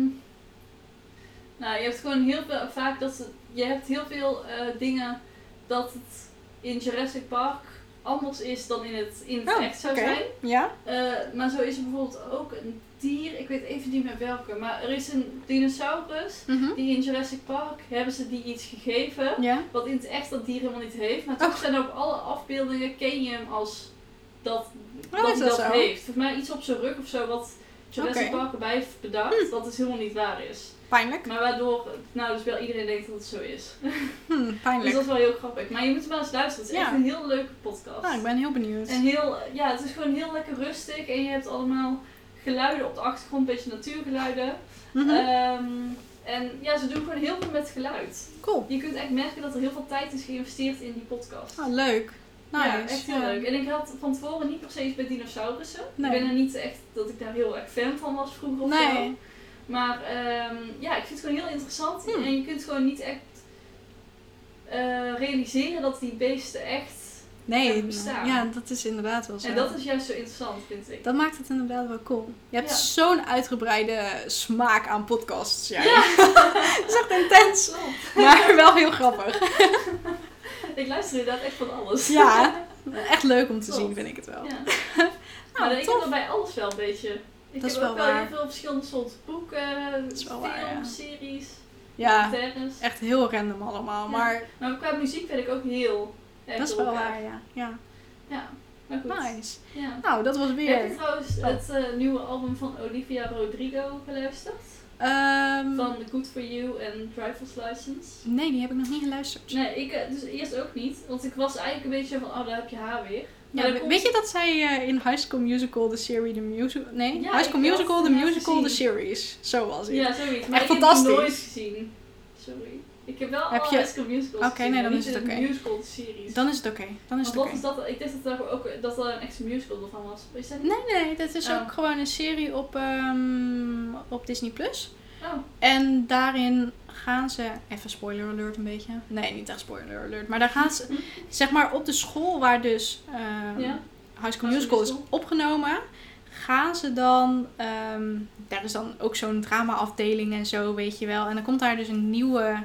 Speaker 2: nou, je hebt gewoon heel veel, vaak dat ze, je hebt heel veel eh, dingen dat het in Jurassic Park anders is dan in het, in het
Speaker 1: Oh,
Speaker 2: echt zou
Speaker 1: oké.
Speaker 2: zijn.
Speaker 1: Ja?
Speaker 2: Eh, maar zo is er bijvoorbeeld ook een dier, ik weet even niet meer welke, maar er is een dinosaurus
Speaker 1: Mhm.
Speaker 2: die in Jurassic Park hebben ze die iets gegeven.
Speaker 1: Ja?
Speaker 2: Wat in het echt dat dier helemaal niet heeft. Maar toch
Speaker 1: Oh.
Speaker 2: zijn ook alle afbeeldingen, ken je hem als dat,
Speaker 1: Oh,
Speaker 2: dat
Speaker 1: is
Speaker 2: hij
Speaker 1: dat
Speaker 2: dat
Speaker 1: zo?
Speaker 2: heeft. Volgens mij iets op zijn rug of zo, wat Jurassic
Speaker 1: Oké. Hm.
Speaker 2: Park erbij heeft bedacht dat het helemaal niet waar is.
Speaker 1: Pijnlijk.
Speaker 2: Maar waardoor nou dus wel iedereen denkt dat het zo is.
Speaker 1: Hm,
Speaker 2: Dus
Speaker 1: pijnlijk.
Speaker 2: dat is wel heel grappig. Maar je moet wel eens luisteren. Het is
Speaker 1: Ja.
Speaker 2: echt een heel leuke podcast.
Speaker 1: Nou, ik ben heel benieuwd.
Speaker 2: En heel, ja, het is gewoon heel lekker rustig. En je hebt allemaal geluiden op de achtergrond, een beetje natuurgeluiden.
Speaker 1: Mhm.
Speaker 2: Ehm, en ja, ze doen gewoon heel veel met geluid.
Speaker 1: cool.
Speaker 2: Je kunt echt merken dat er heel veel tijd is geïnvesteerd in die podcast.
Speaker 1: Ah, leuk. Nice.
Speaker 2: Ja, echt heel
Speaker 1: Ja.
Speaker 2: leuk. En ik had van tevoren niet per se iets bij dinosaurussen.
Speaker 1: Nee.
Speaker 2: Ik ben er niet echt dat ik daar heel erg fan van was vroeger of zo.
Speaker 1: Nee.
Speaker 2: Maar ehm, ja, ik vind het gewoon heel interessant.
Speaker 1: Hmm.
Speaker 2: En je kunt gewoon niet echt eh, realiseren dat die beesten echt...
Speaker 1: Nee.
Speaker 2: Ja, bestaan.
Speaker 1: Ja, dat is inderdaad wel zo.
Speaker 2: En dat is juist zo interessant, vind ik.
Speaker 1: Dat maakt het inderdaad wel cool. Je hebt
Speaker 2: Ja.
Speaker 1: zo'n uitgebreide smaak aan podcasts. Jij. dat is echt intens. Maar wel heel grappig.
Speaker 2: Ik luister inderdaad echt van alles.
Speaker 1: Ja. Echt leuk om te
Speaker 2: Klopt.
Speaker 1: zien, vind ik het wel.
Speaker 2: Ja.
Speaker 1: Nou,
Speaker 2: maar ik
Speaker 1: tof.
Speaker 2: heb er bij alles wel een beetje. Ik
Speaker 1: Dat is
Speaker 2: heb
Speaker 1: wel
Speaker 2: ook wel
Speaker 1: waar.
Speaker 2: heel veel verschillende soorten boeken,
Speaker 1: is
Speaker 2: films,
Speaker 1: wel waar, ja.
Speaker 2: series,
Speaker 1: Ja,
Speaker 2: documentaires.
Speaker 1: echt heel random allemaal.
Speaker 2: Ja.
Speaker 1: Maar
Speaker 2: Maar qua muziek ben ik ook heel erg
Speaker 1: dat is
Speaker 2: door
Speaker 1: wel
Speaker 2: elkaar.
Speaker 1: waar, ja. ja.
Speaker 2: Ja, maar goed.
Speaker 1: Nice.
Speaker 2: Ja.
Speaker 1: Nou, dat was
Speaker 2: Heb je
Speaker 1: weer.
Speaker 2: trouwens
Speaker 1: Oh.
Speaker 2: het eh, nieuwe album van Olivia Rodrigo geluisterd?
Speaker 1: Ehm,
Speaker 2: Van Good For You en Driver's License?
Speaker 1: Nee, die heb ik nog niet geluisterd.
Speaker 2: Nee, ik eh, dus eerst ook niet. Want ik was eigenlijk een beetje van, oh, daar heb je haar weer.
Speaker 1: Ja,
Speaker 2: Maar dan
Speaker 1: we-
Speaker 2: komt-
Speaker 1: weet je dat zij eh, in High School Musical de serie de musical... Nee,
Speaker 2: Ja,
Speaker 1: High School
Speaker 2: ik had
Speaker 1: Musical de
Speaker 2: het net
Speaker 1: musical de
Speaker 2: gezien.
Speaker 1: series. Zo was het.
Speaker 2: Ja, zoiets. Maar
Speaker 1: Echt
Speaker 2: ik heb die nooit
Speaker 1: fantastisch.
Speaker 2: gezien. Sorry. Ik heb wel
Speaker 1: Heb
Speaker 2: al
Speaker 1: je-
Speaker 2: High School Musicals
Speaker 1: Oké,
Speaker 2: gezien,
Speaker 1: nee,
Speaker 2: maar
Speaker 1: dan
Speaker 2: niet
Speaker 1: is het
Speaker 2: de
Speaker 1: oké.
Speaker 2: musical series.
Speaker 1: Dan is het oké. Dan is
Speaker 2: Want
Speaker 1: het
Speaker 2: wat
Speaker 1: oké.
Speaker 2: is dat? Ik dacht dat daar ook dat er een echte musical van was. Is dat niet?
Speaker 1: Nee, nee, dat is
Speaker 2: Oh.
Speaker 1: ook gewoon een serie op, ehm, op Disney+. Plus.
Speaker 2: Oh,
Speaker 1: En daarin gaan ze... Even spoiler alert een beetje. Nee, niet echt spoiler alert. Maar daar gaan ze... zeg maar op de school waar dus ehm,
Speaker 2: ja.
Speaker 1: High School Musical is opgenomen... gaan ze dan... ehm, daar is dan ook zo'n dramaafdeling en zo, weet je wel. En dan komt daar dus een nieuwe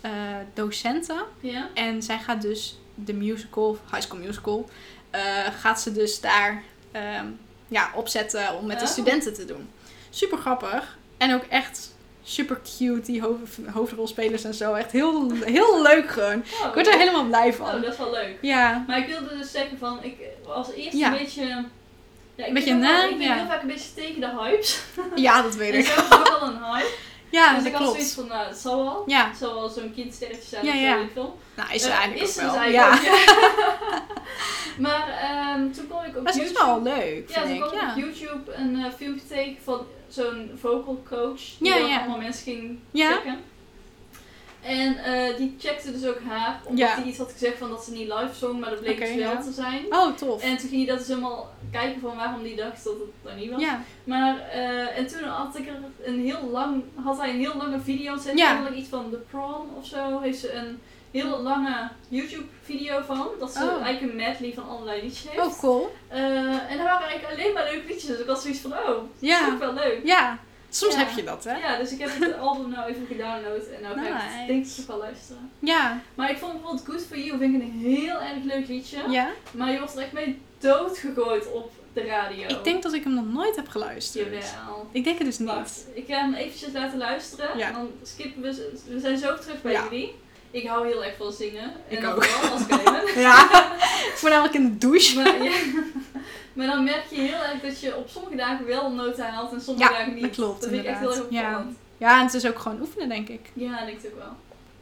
Speaker 1: eh docente.
Speaker 2: Ja.
Speaker 1: En zij gaat dus de musical, High School Musical, eh, gaat ze dus daar ehm, ja, opzetten om met de
Speaker 2: Oh.
Speaker 1: studenten te doen. Super grappig. En ook echt super cute, die hoofd- hoofdrolspelers en zo. Echt heel, heel leuk gewoon.
Speaker 2: Oh,
Speaker 1: Ik word er helemaal blij
Speaker 2: oh,
Speaker 1: van.
Speaker 2: dat is wel leuk.
Speaker 1: Ja,
Speaker 2: Maar ik wilde dus zeggen van, ik als eerst
Speaker 1: Ja.
Speaker 2: een beetje... Ja, ik
Speaker 1: Beetje
Speaker 2: ben ook wel-
Speaker 1: na,
Speaker 2: Ik ben
Speaker 1: ja.
Speaker 2: heel vaak een beetje tegen de hypes.
Speaker 1: ja dat weet
Speaker 2: En
Speaker 1: ik.
Speaker 2: zo is ook al een hype.
Speaker 1: Ja,
Speaker 2: dus
Speaker 1: dat
Speaker 2: ik had zoiets
Speaker 1: klopt.
Speaker 2: van, nou, het zal wel.
Speaker 1: Ja,
Speaker 2: Het zal wel zo'n kindsterretje zijn
Speaker 1: Ja,
Speaker 2: of zo,
Speaker 1: ja.
Speaker 2: weet ik veel.
Speaker 1: nou is ze
Speaker 2: Eh,
Speaker 1: eigenlijk
Speaker 2: is
Speaker 1: ook
Speaker 2: het
Speaker 1: wel.
Speaker 2: eigenlijk
Speaker 1: Ja.
Speaker 2: ook, ja. maar ehm, toen kwam ik op
Speaker 1: Maar ze is
Speaker 2: YouTube...
Speaker 1: wel leuk,
Speaker 2: Ja,
Speaker 1: vind
Speaker 2: toen
Speaker 1: ik.
Speaker 2: kwam ik
Speaker 1: Ja,
Speaker 2: op YouTube een eh, filmpje tegen van zo'n vocal coach. Die
Speaker 1: Ja,
Speaker 2: dan
Speaker 1: ja.
Speaker 2: allemaal mensen ging
Speaker 1: Ja.
Speaker 2: checken. En eh, die checkte dus ook haar. Omdat
Speaker 1: Ja.
Speaker 2: hij iets had gezegd van dat ze niet live zong, maar dat bleek
Speaker 1: Oké,
Speaker 2: dus wel
Speaker 1: ja.
Speaker 2: te zijn.
Speaker 1: Oh, tof.
Speaker 2: En toen ging je dat dus helemaal kijken van waarom die dacht dat het dan niet was.
Speaker 1: Ja,
Speaker 2: Maar, eh, en toen had ik er een heel lang, had hij een heel lange video gezet.
Speaker 1: Ja.
Speaker 2: namelijk iets van The Prom of zo. Heeft ze een heel lange YouTube video van. Dat ze
Speaker 1: Oh.
Speaker 2: eigenlijk een medley van allerlei liedjes heeft.
Speaker 1: oh cool.
Speaker 2: Eh, en daar waren eigenlijk alleen maar leuke liedjes. Dus ik had zoiets van, oh, dat is
Speaker 1: Ja,
Speaker 2: ook wel leuk.
Speaker 1: ja. Soms
Speaker 2: Ja.
Speaker 1: heb je dat, hè?
Speaker 2: Ja, dus ik heb het album nou even gedownload en nou ga ik
Speaker 1: Nice.
Speaker 2: het denk ik toch wel luisteren.
Speaker 1: Ja,
Speaker 2: Maar ik vond bijvoorbeeld Good For You vind ik een heel erg leuk liedje.
Speaker 1: ja.
Speaker 2: Maar je wordt er echt mee doodgegooid op de radio.
Speaker 1: Ik denk dat ik hem nog nooit heb geluisterd.
Speaker 2: Jawel.
Speaker 1: Ik denk het dus niet.
Speaker 2: Wacht, ik ga hem eventjes laten luisteren.
Speaker 1: Ja.
Speaker 2: En dan skippen we, we zijn zo terug bij
Speaker 1: Ja.
Speaker 2: jullie. Ik hou heel erg van zingen.
Speaker 1: Ik
Speaker 2: en dan
Speaker 1: ook.
Speaker 2: vooral als ik alleen ben.
Speaker 1: Ja, voornamelijk in de douche.
Speaker 2: Maar, ja. maar dan merk je heel erg dat je op sommige dagen wel noten haalt en sommige
Speaker 1: Ja,
Speaker 2: dagen niet.
Speaker 1: dat klopt,
Speaker 2: Dat vind ik echt heel erg
Speaker 1: inderdaad. Ja.
Speaker 2: opvallend.
Speaker 1: Ja, en het is ook gewoon oefenen, denk ik.
Speaker 2: Ja, dat denk ik ook wel.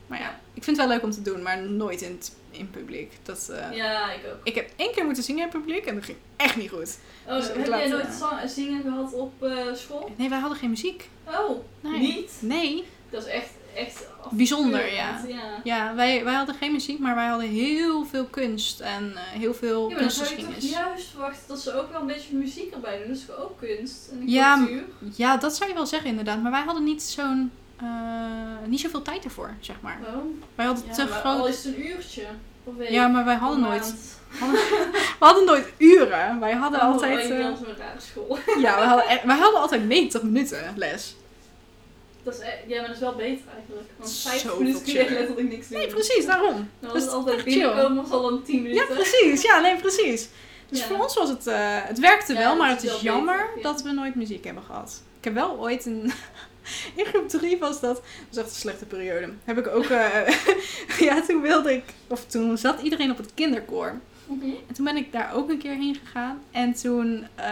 Speaker 1: Maar ja, ik vind het wel leuk om te doen, maar nooit in, het- in publiek. Dat, eh,
Speaker 2: Ja, ik ook.
Speaker 1: Ik heb één keer moeten zingen in publiek en dat ging echt niet goed.
Speaker 2: Oh,
Speaker 1: Dus ik
Speaker 2: heb
Speaker 1: laat,
Speaker 2: jij
Speaker 1: eh,
Speaker 2: nooit zang- zingen gehad op eh, school?
Speaker 1: Nee, wij hadden geen muziek.
Speaker 2: Oh,
Speaker 1: Nee.
Speaker 2: niet?
Speaker 1: Nee.
Speaker 2: Dat is echt, echt
Speaker 1: Bijzonder, ja.
Speaker 2: afkeurend, Ja,
Speaker 1: Ja, wij, wij hadden geen muziek, maar wij hadden heel veel kunst en eh, heel veel
Speaker 2: Ja, maar dan zou je toch
Speaker 1: kunstgeschiedenis. Ja.
Speaker 2: juist verwachten dat ze ook wel een beetje muziek erbij doen. Dat is toch ook kunst en
Speaker 1: Ja,
Speaker 2: cultuur?
Speaker 1: dat zou je wel zeggen inderdaad. Maar wij hadden niet zo'n... eh, niet zoveel tijd ervoor, zeg maar.
Speaker 2: Waarom?
Speaker 1: Wij hadden
Speaker 2: Ja,
Speaker 1: te
Speaker 2: maar
Speaker 1: groot...
Speaker 2: Al is het een uurtje. Of weet
Speaker 1: Ja,
Speaker 2: ik,
Speaker 1: maar wij
Speaker 2: een
Speaker 1: hadden nooit
Speaker 2: maand.
Speaker 1: We hadden nooit uren. Wij hadden
Speaker 2: Oh,
Speaker 1: altijd.
Speaker 2: Ik
Speaker 1: eh,
Speaker 2: ben zo'n rare school.
Speaker 1: ja, we hadden, e- wij hadden altijd 90 minuten les.
Speaker 2: Dat is, e- ja, maar dat is wel beter eigenlijk. Want
Speaker 1: Zo
Speaker 2: 5
Speaker 1: veel
Speaker 2: minuten kun je echt
Speaker 1: chiller.
Speaker 2: letterlijk niks doen.
Speaker 1: Nee, precies, daarom.
Speaker 2: Dan
Speaker 1: Dus
Speaker 2: was het altijd
Speaker 1: echt chill.
Speaker 2: binnenkomen, was al dan 10
Speaker 1: Ja,
Speaker 2: minuten.
Speaker 1: precies. Ja, nee, precies. Dus
Speaker 2: Ja.
Speaker 1: voor ons was het. eh, het werkte
Speaker 2: Ja,
Speaker 1: wel,
Speaker 2: dat
Speaker 1: maar
Speaker 2: is
Speaker 1: het is
Speaker 2: wel
Speaker 1: jammer
Speaker 2: beter, ja.
Speaker 1: dat we nooit muziek hebben gehad. Ik heb wel ooit een. In groep 3 was dat. Dat was echt een slechte periode. Heb ik ook. eh, ja, toen wilde ik. Of toen zat iedereen op het kinderkoor.
Speaker 2: Mhm.
Speaker 1: En toen ben ik daar ook een keer heen gegaan. En toen eh,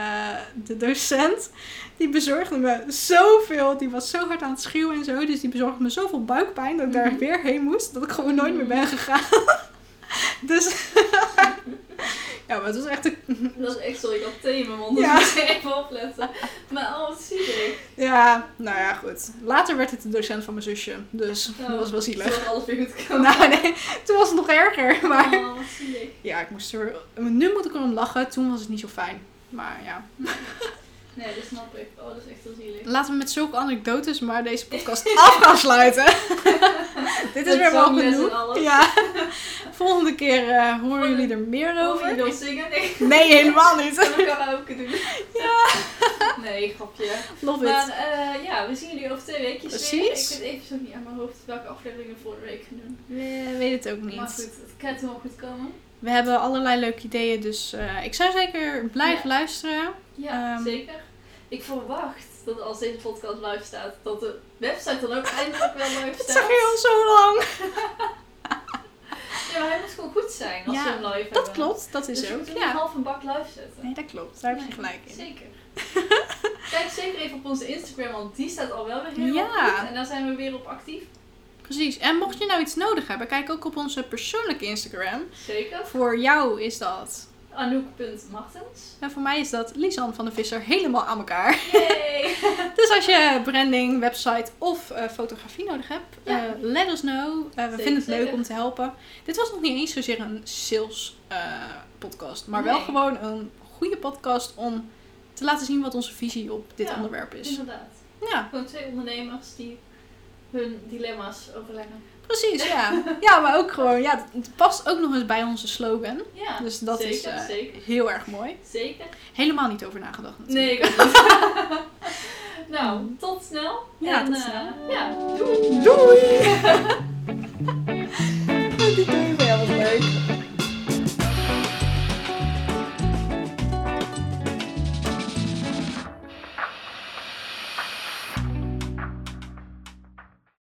Speaker 1: de docent, die bezorgde me zoveel. Die was zo hard aan het schreeuwen en zo. Dus die bezorgde me zoveel buikpijn dat ik daar
Speaker 2: Mhm.
Speaker 1: weer heen moest. Dat ik gewoon nooit meer ben gegaan. dus ja, maar het was echt een...
Speaker 2: Dat is echt sorry, dat thema, want dan
Speaker 1: Ja.
Speaker 2: moet je even opletten. Maar oh, wat zielig.
Speaker 1: Ja, nou ja, goed. Later werd het de docent van mijn zusje. Dus dat was wel zielig.
Speaker 2: Zodat Nou, alles weer goed kan.
Speaker 1: Nou nee, toen was het nog erger. Maar
Speaker 2: Oh, wat zielig.
Speaker 1: ja, ik moest er... Nu moet ik erom lachen. Toen was het niet zo fijn. Maar ja.
Speaker 2: Nee, dat snap ik. Oh, dat is echt heel zielig.
Speaker 1: Laten we met zulke anekdotes maar deze podcast af gaan sluiten. Dit is
Speaker 2: Met
Speaker 1: weer wel
Speaker 2: zangles en
Speaker 1: genoeg.
Speaker 2: alles.
Speaker 1: Ja. Volgende keer eh, horen jullie er meer
Speaker 2: Over je
Speaker 1: over.
Speaker 2: wil zingen? Nee,
Speaker 1: Nee, helemaal niet.
Speaker 2: dat kan ook doen. Ja. Nee, grapje.
Speaker 1: Love
Speaker 2: Maar
Speaker 1: it.
Speaker 2: eh, ja, we zien jullie over twee weekjes weer.
Speaker 1: Precies.
Speaker 2: Ik weet even zo niet aan mijn hoofd welke aflevering we vorige week gaan doen.
Speaker 1: We weten het ook
Speaker 2: Maar
Speaker 1: niet.
Speaker 2: goed, het kan helemaal goed komen.
Speaker 1: We hebben allerlei leuke ideeën, dus eh, ik zou zeker blijven luisteren.
Speaker 2: Ja,
Speaker 1: Ehm.
Speaker 2: zeker. Ik verwacht dat als deze podcast live staat, dat de website dan ook eindelijk wel live
Speaker 1: Dat
Speaker 2: staat.
Speaker 1: zeg je al zo lang.
Speaker 2: Ja, maar hij moet gewoon goed zijn als
Speaker 1: Ja,
Speaker 2: we hem live hebben.
Speaker 1: Dat klopt, dat
Speaker 2: Dus
Speaker 1: is
Speaker 2: je
Speaker 1: ook.
Speaker 2: moet hem niet
Speaker 1: Ja.
Speaker 2: half een bak live zetten.
Speaker 1: Nee, dat klopt. Daar heb je
Speaker 2: Nee,
Speaker 1: gelijk in.
Speaker 2: Zeker. Kijk zeker even op onze Instagram, want die staat al wel weer heel
Speaker 1: Ja.
Speaker 2: goed. En daar zijn we weer op actief.
Speaker 1: Precies. En mocht je nou iets nodig hebben, kijk ook op onze persoonlijke Instagram.
Speaker 2: Zeker.
Speaker 1: Voor jou is dat
Speaker 2: Anouk.martens.
Speaker 1: En Nou, voor mij is dat Lisan van de Visser helemaal aan elkaar.
Speaker 2: Yay!
Speaker 1: Dus als je branding, website of eh, fotografie nodig hebt,
Speaker 2: Ja.
Speaker 1: eh, let us know. Eh, we
Speaker 2: Zeker,
Speaker 1: vinden het leuk
Speaker 2: zeker.
Speaker 1: om te helpen. Dit was nog niet eens zozeer een sales eh, podcast, maar wel
Speaker 2: Nee.
Speaker 1: gewoon een goede podcast om te laten zien wat onze visie op dit
Speaker 2: Ja,
Speaker 1: onderwerp is.
Speaker 2: Inderdaad.
Speaker 1: Ja,
Speaker 2: Gewoon twee ondernemers die hun dilemma's overleggen.
Speaker 1: precies. Ja, ja maar ook gewoon, ja, het past ook nog eens bij onze slogan.
Speaker 2: Ja,
Speaker 1: Dus dat
Speaker 2: zeker,
Speaker 1: is eh,
Speaker 2: zeker.
Speaker 1: heel erg mooi.
Speaker 2: Zeker.
Speaker 1: Helemaal niet over nagedacht natuurlijk.
Speaker 2: Nee, ik weet het niet. Nou, tot snel.
Speaker 1: Hmm. Ja,
Speaker 2: en,
Speaker 1: tot
Speaker 2: eh,
Speaker 1: snel.
Speaker 2: ja, doei!
Speaker 1: Doei! oh, die doe je wel leuk.